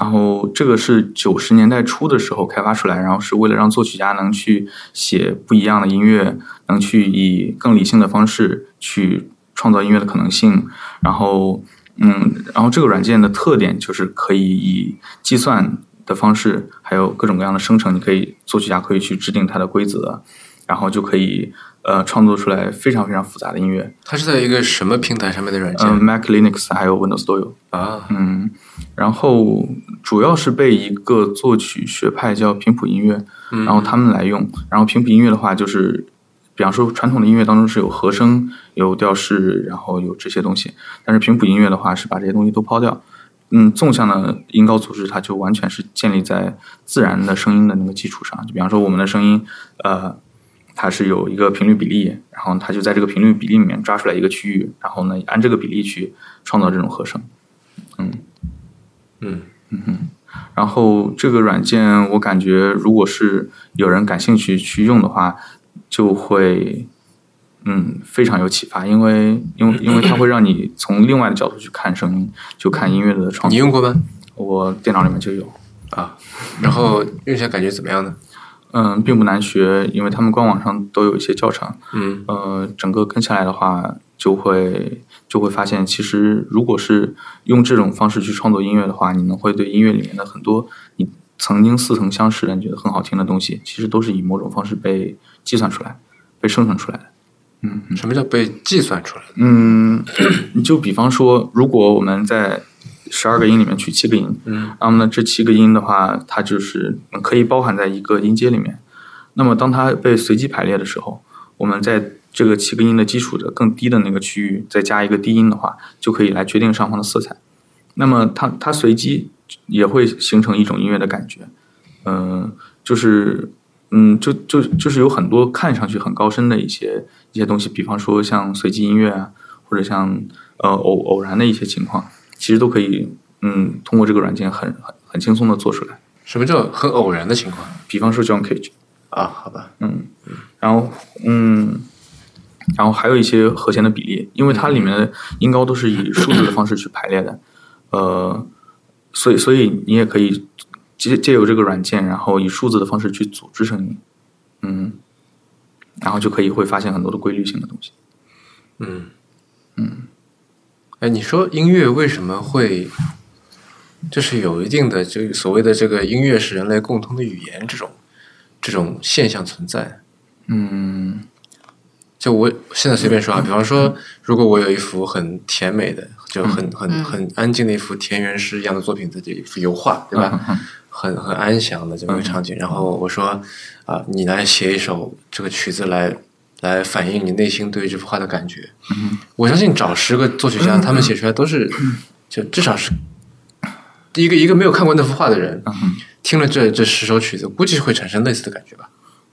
C: 然后这个是九十年代初的时候开发出来，然后是为了让作曲家能去写不一样的音乐，能去以更理性的方式去创造音乐的可能性，然后嗯，然后这个软件的特点就是可以以计算的方式，还有各种各样的生成，你可以作曲家可以去制定它的规则，然后就可以呃创作出来非常非常复杂的音乐，
A: 它是在一个什么平台上面的软件
C: 嗯、m a c Linux 还有 Windows 都有。
A: 啊？
C: 嗯，然后主要是被一个作曲学派叫频谱音乐，
A: 嗯
C: 然后他们来用。然后频谱音乐的话，就是比方说传统的音乐当中是有和声、有调式，然后有这些东西，但是频谱音乐的话是把这些东西都抛掉。嗯，纵向的音高组织它就完全是建立在自然的声音的那个基础上。就比方说我们的声音，呃，它是有一个频率比例，然后它就在这个频率比例里面抓出来一个区域，然后呢按这个比例去创造这种和声。
A: 嗯，
C: 然后这个软件，我感觉如果是有人感兴趣去用的话，就会嗯非常有启发，因为因为因为它会让你从另外的角度去看声音，就看音乐的创
A: 你
C: 作。
A: 用过吗？
C: 我电脑里面就有，
A: 啊，然后用起来感觉怎么样呢？
C: 嗯，并不难学，因为他们官网上都有一些教程。
A: 嗯
C: 呃，整个跟下来的话，就会就会发现，其实如果是用这种方式去创作音乐的话，你能会对音乐里面的很多你曾经似曾相识的、你觉得很好听的东西，其实都是以某种方式被计算出来、被生成出来的。嗯嗯
A: 什么叫被计算出来的？
C: 嗯， 你就比方说，如果我们在十二个音里面取七个音，
A: 嗯
C: 那么呢，这七个音的话，它就是可以包含在一个音阶里面。那么当它被随机排列的时候，我们在这个七个音的基础的更低的那个区域再加一个低音的话，就可以来决定上方的色彩。那么它它随机也会形成一种音乐的感觉，嗯、就是嗯，就就就是有很多看上去很高深的一些一些东西，比方说像随机音乐啊，或者像呃偶偶然的一些情况，其实都可以嗯通过这个软件很很很轻松的做出来。
A: 什么叫很偶然的情况
C: 比方说 John Cage，
A: 啊？好吧，
C: 嗯，然后嗯，然后还有一些和弦的比例，因为它里面的音高都是以数字的方式去排列的，呃，所以所以你也可以借借由这个软件，然后以数字的方式去组织声音，嗯，然后就可以会发现很多的规律性的东西。
A: 嗯哎，你说音乐为什么会就是有一定的这个所谓的这个音乐是人类共同的语言这种这种现象存在？
C: 嗯
A: 就我现在随便说啊，比方说，如果我有一幅很甜美的，就很很
B: 嗯
A: 很安静的一幅田园诗一样的作品的这一幅油画，对吧？很很安详的这么一个场景，然后我说啊、你来写一首这个曲子来来反映你内心对这幅画的感觉。我相信找十个作曲家，他们写出来都是，就至少是一个一个没有看过那幅画的人，
C: 嗯
A: 听了这这十首曲子，估计会产生类似的感觉吧。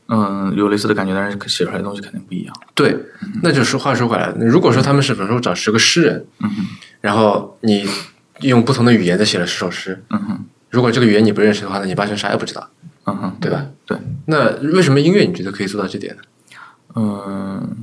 C: 嗯，有类似的感觉，但是写出来的东西肯定不一样。
A: 对，
C: 嗯
A: 那就说话说回来，如果说他们是比如说找十个诗人，
C: 嗯
A: 然后你用不同的语言再写了十首诗，
C: 嗯哼，
A: 如果这个语言你不认识的话，那你八成啥也不知道，
C: 嗯哼，
A: 对吧？
C: 对。
A: 那为什么音乐你觉得可以做到这点呢？
C: 嗯，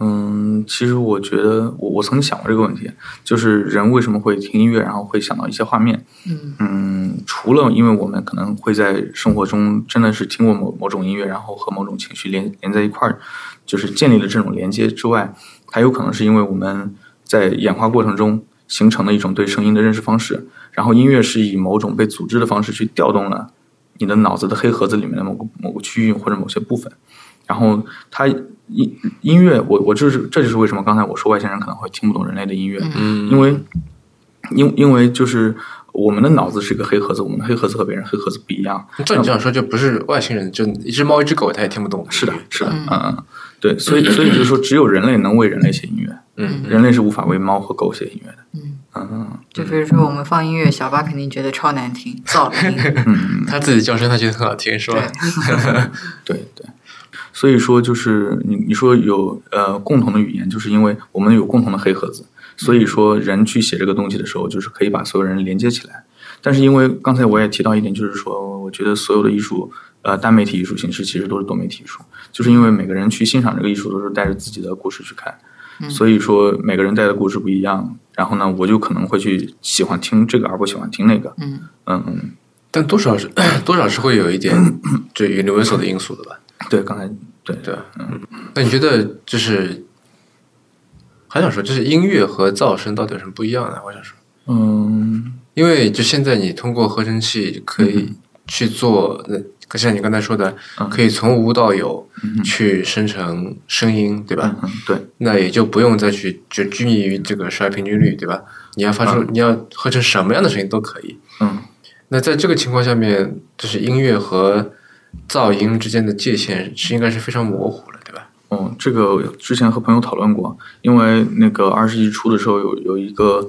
C: 嗯，其实我觉得我我曾经想过这个问题，就是人为什么会听音乐，然后会想到一些画面。
B: 嗯
C: 嗯，除了因为我们可能会在生活中真的是听过某某种音乐，然后和某种情绪连连在一块儿，就是建立了这种连接之外，还有可能是因为我们在演化过程中形成了一种对声音的认识方式，然后音乐是以某种被组织的方式去调动了你的脑子的黑盒子里面的某个某个区域或者某些部分，然后它音音乐，我我这是这就是为什么嗯刚才我说外星人可能会听不懂人类的音乐，
B: 嗯
A: 嗯
C: 因为因因为就是我们的脑子是一个黑盒子，我们的黑盒子和别人黑盒子不一样。
A: 照你这样说，就不是外星人，就一只猫一只狗，它也听不懂。
C: 是的，是的，嗯嗯，对，所以所以就是说，只有人类能为人类写音乐，
A: 嗯，
C: 人类是无法为猫和狗写音乐的，
B: 嗯
C: 嗯
B: 就比如说我们放音乐，小八肯定觉得超难听，噪音。
C: 嗯，
A: 它自己叫声，它觉得很好听，是吧？
B: 对，
C: 对对。所以说，就是你你说有呃共同的语言，就是因为我们有共同的黑盒子，所以说人去写这个东西的时候，就是可以把所有人连接起来。但是因为刚才我也提到一点，就是说，我觉得所有的艺术，呃，单媒体艺术形式其实都是多媒体艺术，就是因为每个人去欣赏这个艺术都是带着自己的故事去看，所以说每个人带的故事不一样。然后呢，我就可能会去喜欢听这个，而不喜欢听那个。
B: 嗯
C: 嗯嗯，
A: 但多少是 多少是会有一点这个 universal 的因素的吧？
C: 对，刚才对
A: 对，嗯。那你觉得就是还想说，就是音乐和噪声到底有什么不一样呢？我想说，
C: 嗯
A: 因为就现在你通过合成器可以去做，那、可像你刚才说的，可以从无到有去生成声音，对吧？
C: 嗯嗯，对。
A: 那也就不用再去就拘泥于这个衰平均率，对吧？你要发出、你要合成什么样的声音都可以。
C: 嗯。
A: 那在这个情况下面，就是音乐和噪音之间的界限是应该是非常模糊了，对吧？
C: 哦，这个之前和朋友讨论过，因为那个二十世纪初的时候有有一个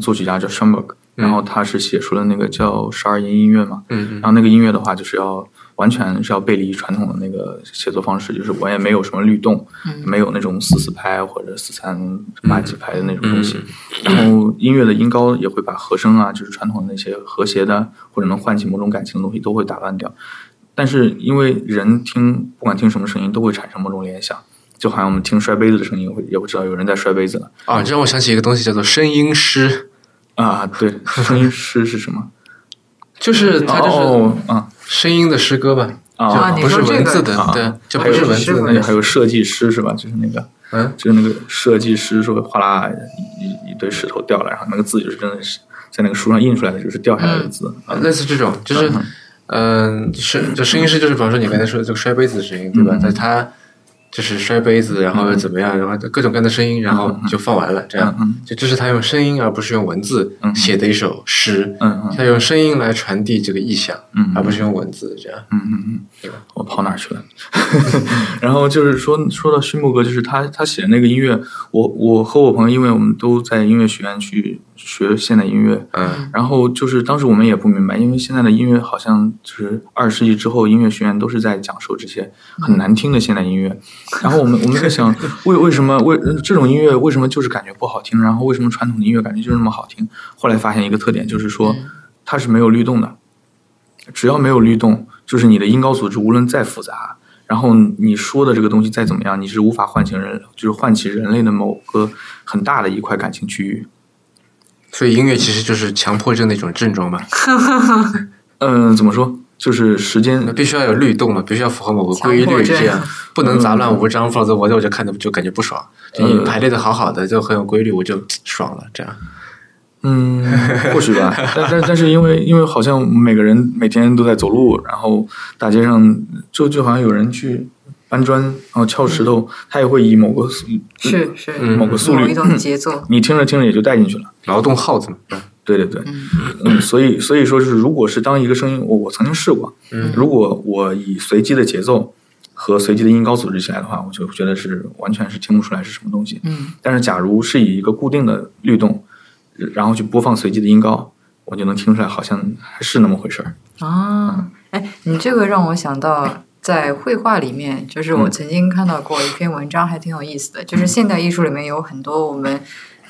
C: 作曲家叫 Schoenberg，然后他是写出了那个叫十二音音乐嘛，
A: 嗯
C: 然后那个音乐的话就是要完全是要背离传统的那个写作方式，就是我也没有什么律动，没有那种四四拍或者四三八几拍的那种东
A: 嗯
C: 西，然后音乐的音高也会把和声啊，就是传统的那些和谐的或者能唤起某种感情的东西都会打乱掉。但是因为人听不管听什么声音都会产生某种联想，就好像我们听摔杯子的声音会也会知道有人在摔杯子了
A: 啊，这让我想起一个东西，叫做声音师，
C: 啊。对，声音师是 什么？
A: 就是它就是
C: 哦啊
A: 声音的诗歌吧，
C: 啊
B: 你
A: 就不是
B: 说这
A: 文字
B: 个
A: 的，
C: 啊
A: 对，就
C: 还
A: 不
C: 有
A: 是文字
C: 那
A: 的
C: 个还有设计师是吧？就是那个，
A: 嗯，
C: 就是那个设计师说哗啦一一一堆石头掉了，然后那个字就是真的是在那个书上印出来的，就是掉下来的字。
A: 啊，类似这种，就是，嗯，是就声音是就是，比方说你刚才说的这个摔杯子的声音，对吧？
C: 嗯
A: 但它就是摔杯子，然后怎么样，然后各种各样的声音，然后就放完了，这样
C: 嗯，
A: 就这是他用声音而不是用文字写的一首诗，
C: 嗯嗯
A: 他用声音来传递这个意象，
C: 嗯
A: 而不是用文字，这样，
C: 嗯嗯嗯，我跑哪儿去了？ 然后就是说说到畜牧歌，就是他他写的那个音乐，我我和我朋友，因为我们都在音乐学院去学现代音乐，
A: 嗯
C: 然后就是当时我们也不明白，因为现在的音乐好像就是二十世纪之后，音乐学院都是在讲授这些很难听的现代音乐。然后我们我们在想，为为什么为这种音乐为什么就是感觉不好听？然后为什么传统的音乐感觉就是那么好听？后来发现一个特点，就是说它是没有律动的，只要没有律动，就是你的音高组织无论再复杂。然后你说的这个东西再怎么样，你是无法唤醒人，就是唤起人类的某个很大的一块感情区域。
A: 所以音乐其实就是强迫症的一种症状吧，
C: 嗯、怎么说？就是时间
A: 那必须要有律动嘛，必须要符合某个规
B: 强迫
A: 律，
B: 症
A: 这 样不能杂乱无章，否则我就我就看着就感觉不爽。就你
C: 呃
A: 排列的好好的，就很有规律，我就爽了，这样。
C: 嗯，或许吧，但但但是因为因为好像每个人每天都在走路，然后大街上就就好像有人去搬砖，然后撬石头，他也会以某个速
B: 是是，
A: 嗯
C: 某个速
B: 某一
C: 率，
B: 种节奏。
C: 你听着听着也就带进去了。
A: 劳动号子嘛，
C: 对对对，嗯，所以所以说就是，如果是当一个声音，我我曾经试过，
A: 嗯
C: 如果我以随机的节奏和随机的音高组织起来的话，我就觉得是完全是听不出来是什么东西。
B: 嗯，
C: 但是假如是以一个固定的律动，然后去播放随机的音高，我就能听出来，好像还是那么回事儿。
B: 啊，哎，你这个让我想到，在绘画里面，就是我曾经看到过一篇文章，还挺有意思的。就是现代艺术里面有很多我们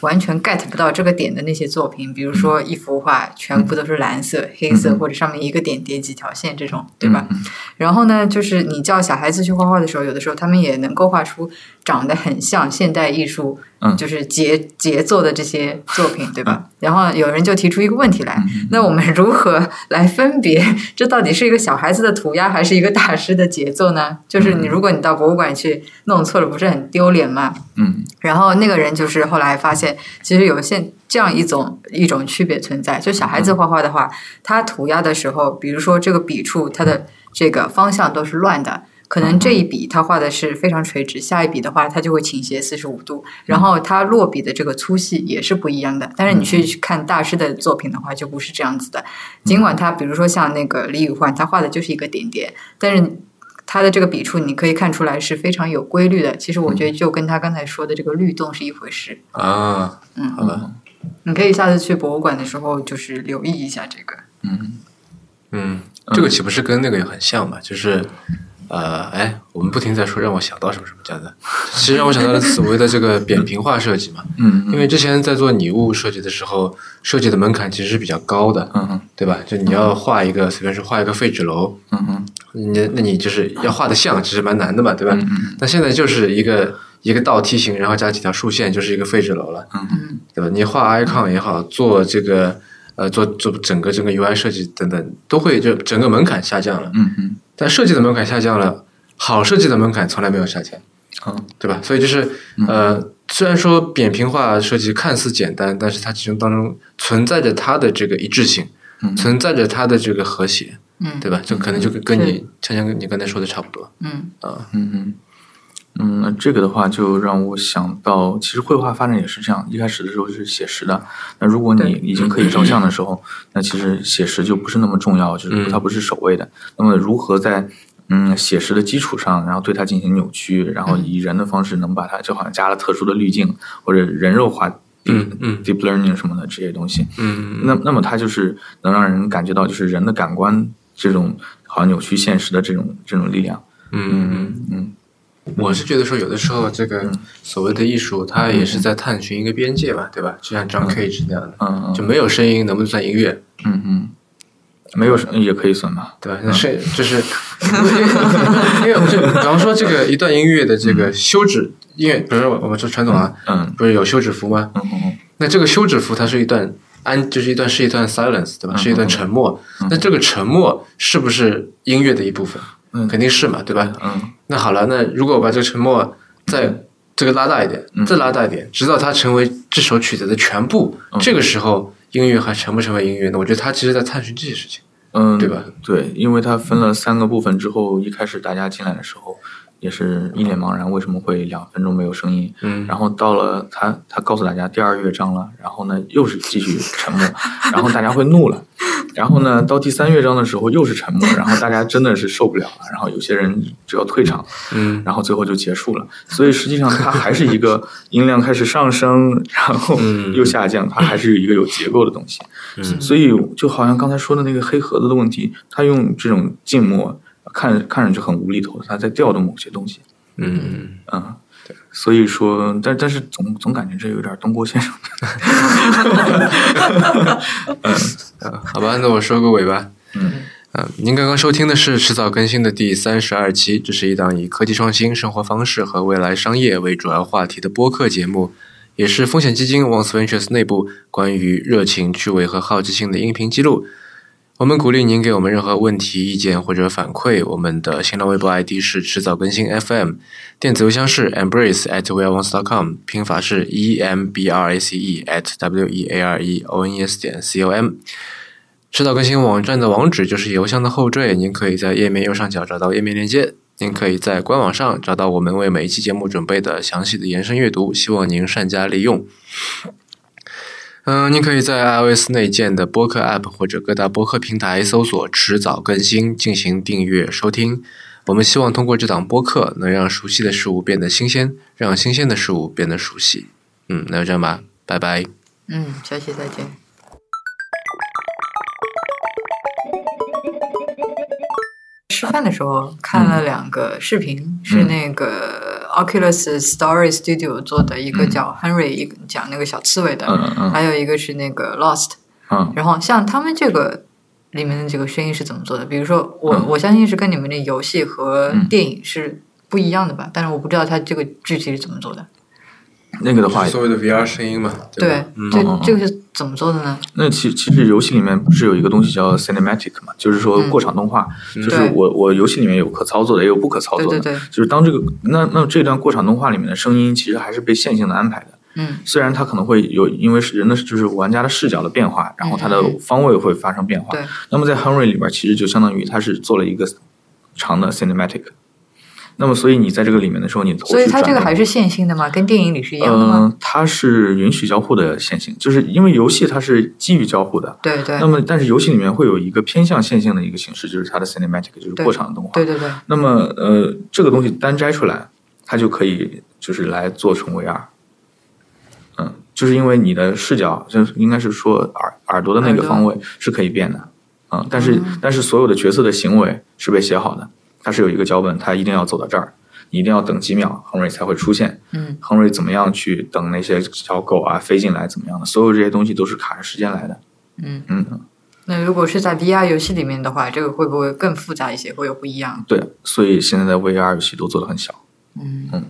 B: 完全 get 不到这个点的那些作品，比如说一幅画全部都是蓝色、黑色，或者上面一个点叠几条线这种，对吧？然后呢，就是你叫小孩子去画画的时候，有的时候他们也能够画出长得很像现代艺术，
C: 嗯
B: 就是节节奏的这些作品，对吧？然后有人就提出一个问题来，那我们如何来分别这到底是一个小孩子的涂鸦，还是一个大师的节奏呢？就是你如果你到博物馆去弄错了，不是很丢脸吗？
C: 嗯
B: 然后那个人就是后来发现，其实有现这样一种一种区别存在。就小孩子画画的话，他涂鸦的时候，比如说这个笔触，它的这个方向都是乱的，可能这一笔他画的是非常垂直，下一笔的话他就会倾斜四十五度，然后他落笔的这个粗细也是不一样的。但是你去看大师的作品的话，就不是这样子的。尽管他比如说像那个李宇焕，他画的就是一个点点，但是他的这个笔触你可以看出来是非常有规律的。其实我觉得就跟他刚才说的这个律动是一回事。
A: 啊，
B: 嗯
A: 好吧，
B: 你可以下次去博物馆的时候就是留意一下这个。
C: 嗯，
A: 嗯，这个岂不是跟那个也很像嘛？就是，呃，哎，我们不停在说让我想到什么什么家的，其实让我想到了所谓的这个扁平化设计嘛。
C: 嗯
A: 因为之前在做拟物设计的时候，设计的门槛其实是比较高的，
C: 嗯嗯
A: 对吧？就你要画一个，随便说画一个废纸楼，
C: 嗯嗯
A: 你那你就是要画的像，其实蛮难的嘛，对吧？
C: 嗯
A: 那现在就是一个一个倒梯形，然后加几条竖线，就是一个废纸楼了。
C: 嗯
A: 对吧？你画 icon 也好，做这个呃做做整个整个 UI 设计等等，都会就整个门槛下降了。
C: 嗯嗯
A: 但设计的门槛下降了，好设计的门槛从来没有下降，
C: 嗯，
A: 对吧？所以就是呃，虽然说扁平化设计看似简单，但是它其中当中存在着它的这个一致性，
C: 嗯
A: 存在着它的这个和谐，
B: 嗯
A: 对吧？就可能就跟跟你恰恰跟你刚才说的差不多
B: 嗯
A: 啊。
C: 嗯嗯，嗯，那这个的话就让我想到，其实绘画发展也是这样，一开始的时候是写实的，那如果你
B: 对
C: 已经可以照相的时候，那其实写实就不是那么重要，就是
A: 嗯
C: 它不是首位的。那么如何在嗯写实的基础上，然后对它进行扭曲，然后以人的方式能把它就好像加了特殊的滤镜或者人肉化 deep
A: 嗯嗯
C: deep learning 什么的这些东西，
A: 嗯
C: 那那么它就是能让人感觉到就是人的感官这种好像扭曲现实的这种这种力量。
A: 嗯，嗯，我是觉得说，有的时候这个所谓的艺术，它也是在探寻一个边界嘛，对吧？就像 John Cage 那样的，
C: 嗯嗯。
A: 就没有声音能不能算音乐，
C: 嗯嗯，没有什也可以算吧。
A: 对吧？那声就是， 因为我就比方说这个一段音乐的这个休止音乐，比如说我们说传统啊，
C: 嗯
A: 不是有休止符吗？
C: 嗯嗯
A: 那这个休止符它是一段安，就是一段是一段 silence，对吧？
C: 嗯
A: 是一段沉默。那这个沉默是不是音乐的一部分？
C: 嗯
A: 肯定是嘛，对吧？
C: 嗯
A: 那好了，那如果我把这个沉默再这个拉大一点，
C: 嗯
A: 再拉大一点，直到它成为这首曲子的全部，
C: 嗯
A: 这个时候音乐还成不成为音乐呢？我觉得他其实在探寻这些事情。
C: 嗯，
A: 对吧？
C: 对，因为它分了三个部分之后，一开始大家进来的时候也是一脸茫然，为什么会两分钟没有声音？
A: 嗯
C: 然后到了他他告诉大家第二乐章了，然后呢又是继续沉默， 然后大家会怒了，然后呢到第三乐章的时候又是沉默，然后大家真的是受不了了，然后有些人只要退场，
A: 嗯
C: 然后最后就结束了。所以实际上它还是一个音量开始上升，然后
A: 嗯
C: 又下降，它还是一个有结构的东西。
A: 嗯
C: 所以就好像刚才说的那个黑盒子的问题，它用这种静默看看上去很无厘头，它在调动某些东西。
A: 嗯，
C: 嗯，所以说，但但是总总感觉这有点东郭先生。
A: 好吧，那我收个尾吧。
C: 嗯
A: 嗯，您刚刚收听的是迟早更新的第三十二期，这是一档以科技创新、生活方式和未来商业为主要话题的播客节目，也是风险基金 Once Ventures 内部关于热情、趣味和好奇心的音频记录。我们鼓励您给我们任何问题、意见或者反馈。我们的新浪微博 ID 是迟早更新 FM，电子邮箱是 embrace at weareones.com，拼法是 e m b r a c e at w e a r e o n e s 点 c o m。迟早更新网站的网址就是邮箱的后缀，您可以在页面右上角找到页面链接。您可以在官网上找到我们为每一期节目准备的详细的延伸阅读，希望您善加利用。嗯，您可以在 iOS 内建的播客 App 或者各大播客平台搜索“迟早更新”进行订阅收听。我们希望通过这档播客，能让熟悉的事物变得新鲜，让新鲜的事物变得熟悉。嗯，那就这样吧，拜拜。
B: 嗯，小雪再见。吃饭的时候看了两个视频，是那个 Oculus Story Studio 做的一个叫 Henry，、一个讲那个小刺猬的，
C: 嗯嗯
B: 还有一个是那个 Lost。
C: 嗯
B: 然后像他们这个里面的这个声音是怎么做的？比如说我、
C: 嗯
B: 我相信是跟你们的游戏和
C: 嗯
B: 电影是不一样的吧，但是我不知道它这个具体是怎么做的。
C: 那个的话，
A: 谓的 VR 声音嘛，
B: 对，这、
C: 嗯嗯嗯
B: 这个是怎么做的呢？
C: 那其其实游戏里面不是有一个东西叫 cinematic 嘛，就是说
B: 嗯
C: 过场动画，就是
B: 对
C: 我我游戏里面有可操作的，也有不可操
B: 对
C: 作的
B: 对。 对，
C: 就是当这个那那这段过场动画里面的声音，其实还是被线性的安排的。
B: 嗯
C: 虽然它可能会有因为是人的就是玩家的视角的变化，然后它的
B: 嗯
C: 方位会发生变化。
B: 对，
C: 那么在 Henry 里边，其实就相当于它是做了一个长的 cinematic。那么，所以你在这个里面的时候，你的头
B: 所以
C: 去
B: 它
C: 转
B: 这个
C: 动
B: 还是线性的嘛，跟电影里是一样的吗？
C: 嗯，它是允许交互的线性，就是因为游戏它是基于交互的。
B: 对对
C: 那么，但是游戏里面会有一个偏向线性的一个形式，就是它的 cinematic，就是
B: 对
C: 过场的动画。
B: 对对对，
C: 那么，呃，这个东西单摘出来，它就可以就是来做成 VR。嗯，就是因为你的视角，就是应该是说耳耳朵的那个
B: 耳朵
C: 方位是可以变的。嗯，但是、但是所有的角色的行为是被写好的，它是有一个脚本，它一定要走到这儿，你一定要等几秒，亨瑞才会出现。
B: 嗯，
C: 亨瑞怎么样去等那些小狗啊飞进来怎么样的，所有这些东西都是卡着时间来的。
B: 嗯
C: 嗯，
B: 那如果是在 VR 游戏里面的话，这个会不会更复杂一些，会有不一样？
C: 对，所以现在的 VR 游戏都做的很小。
B: 嗯
C: 嗯，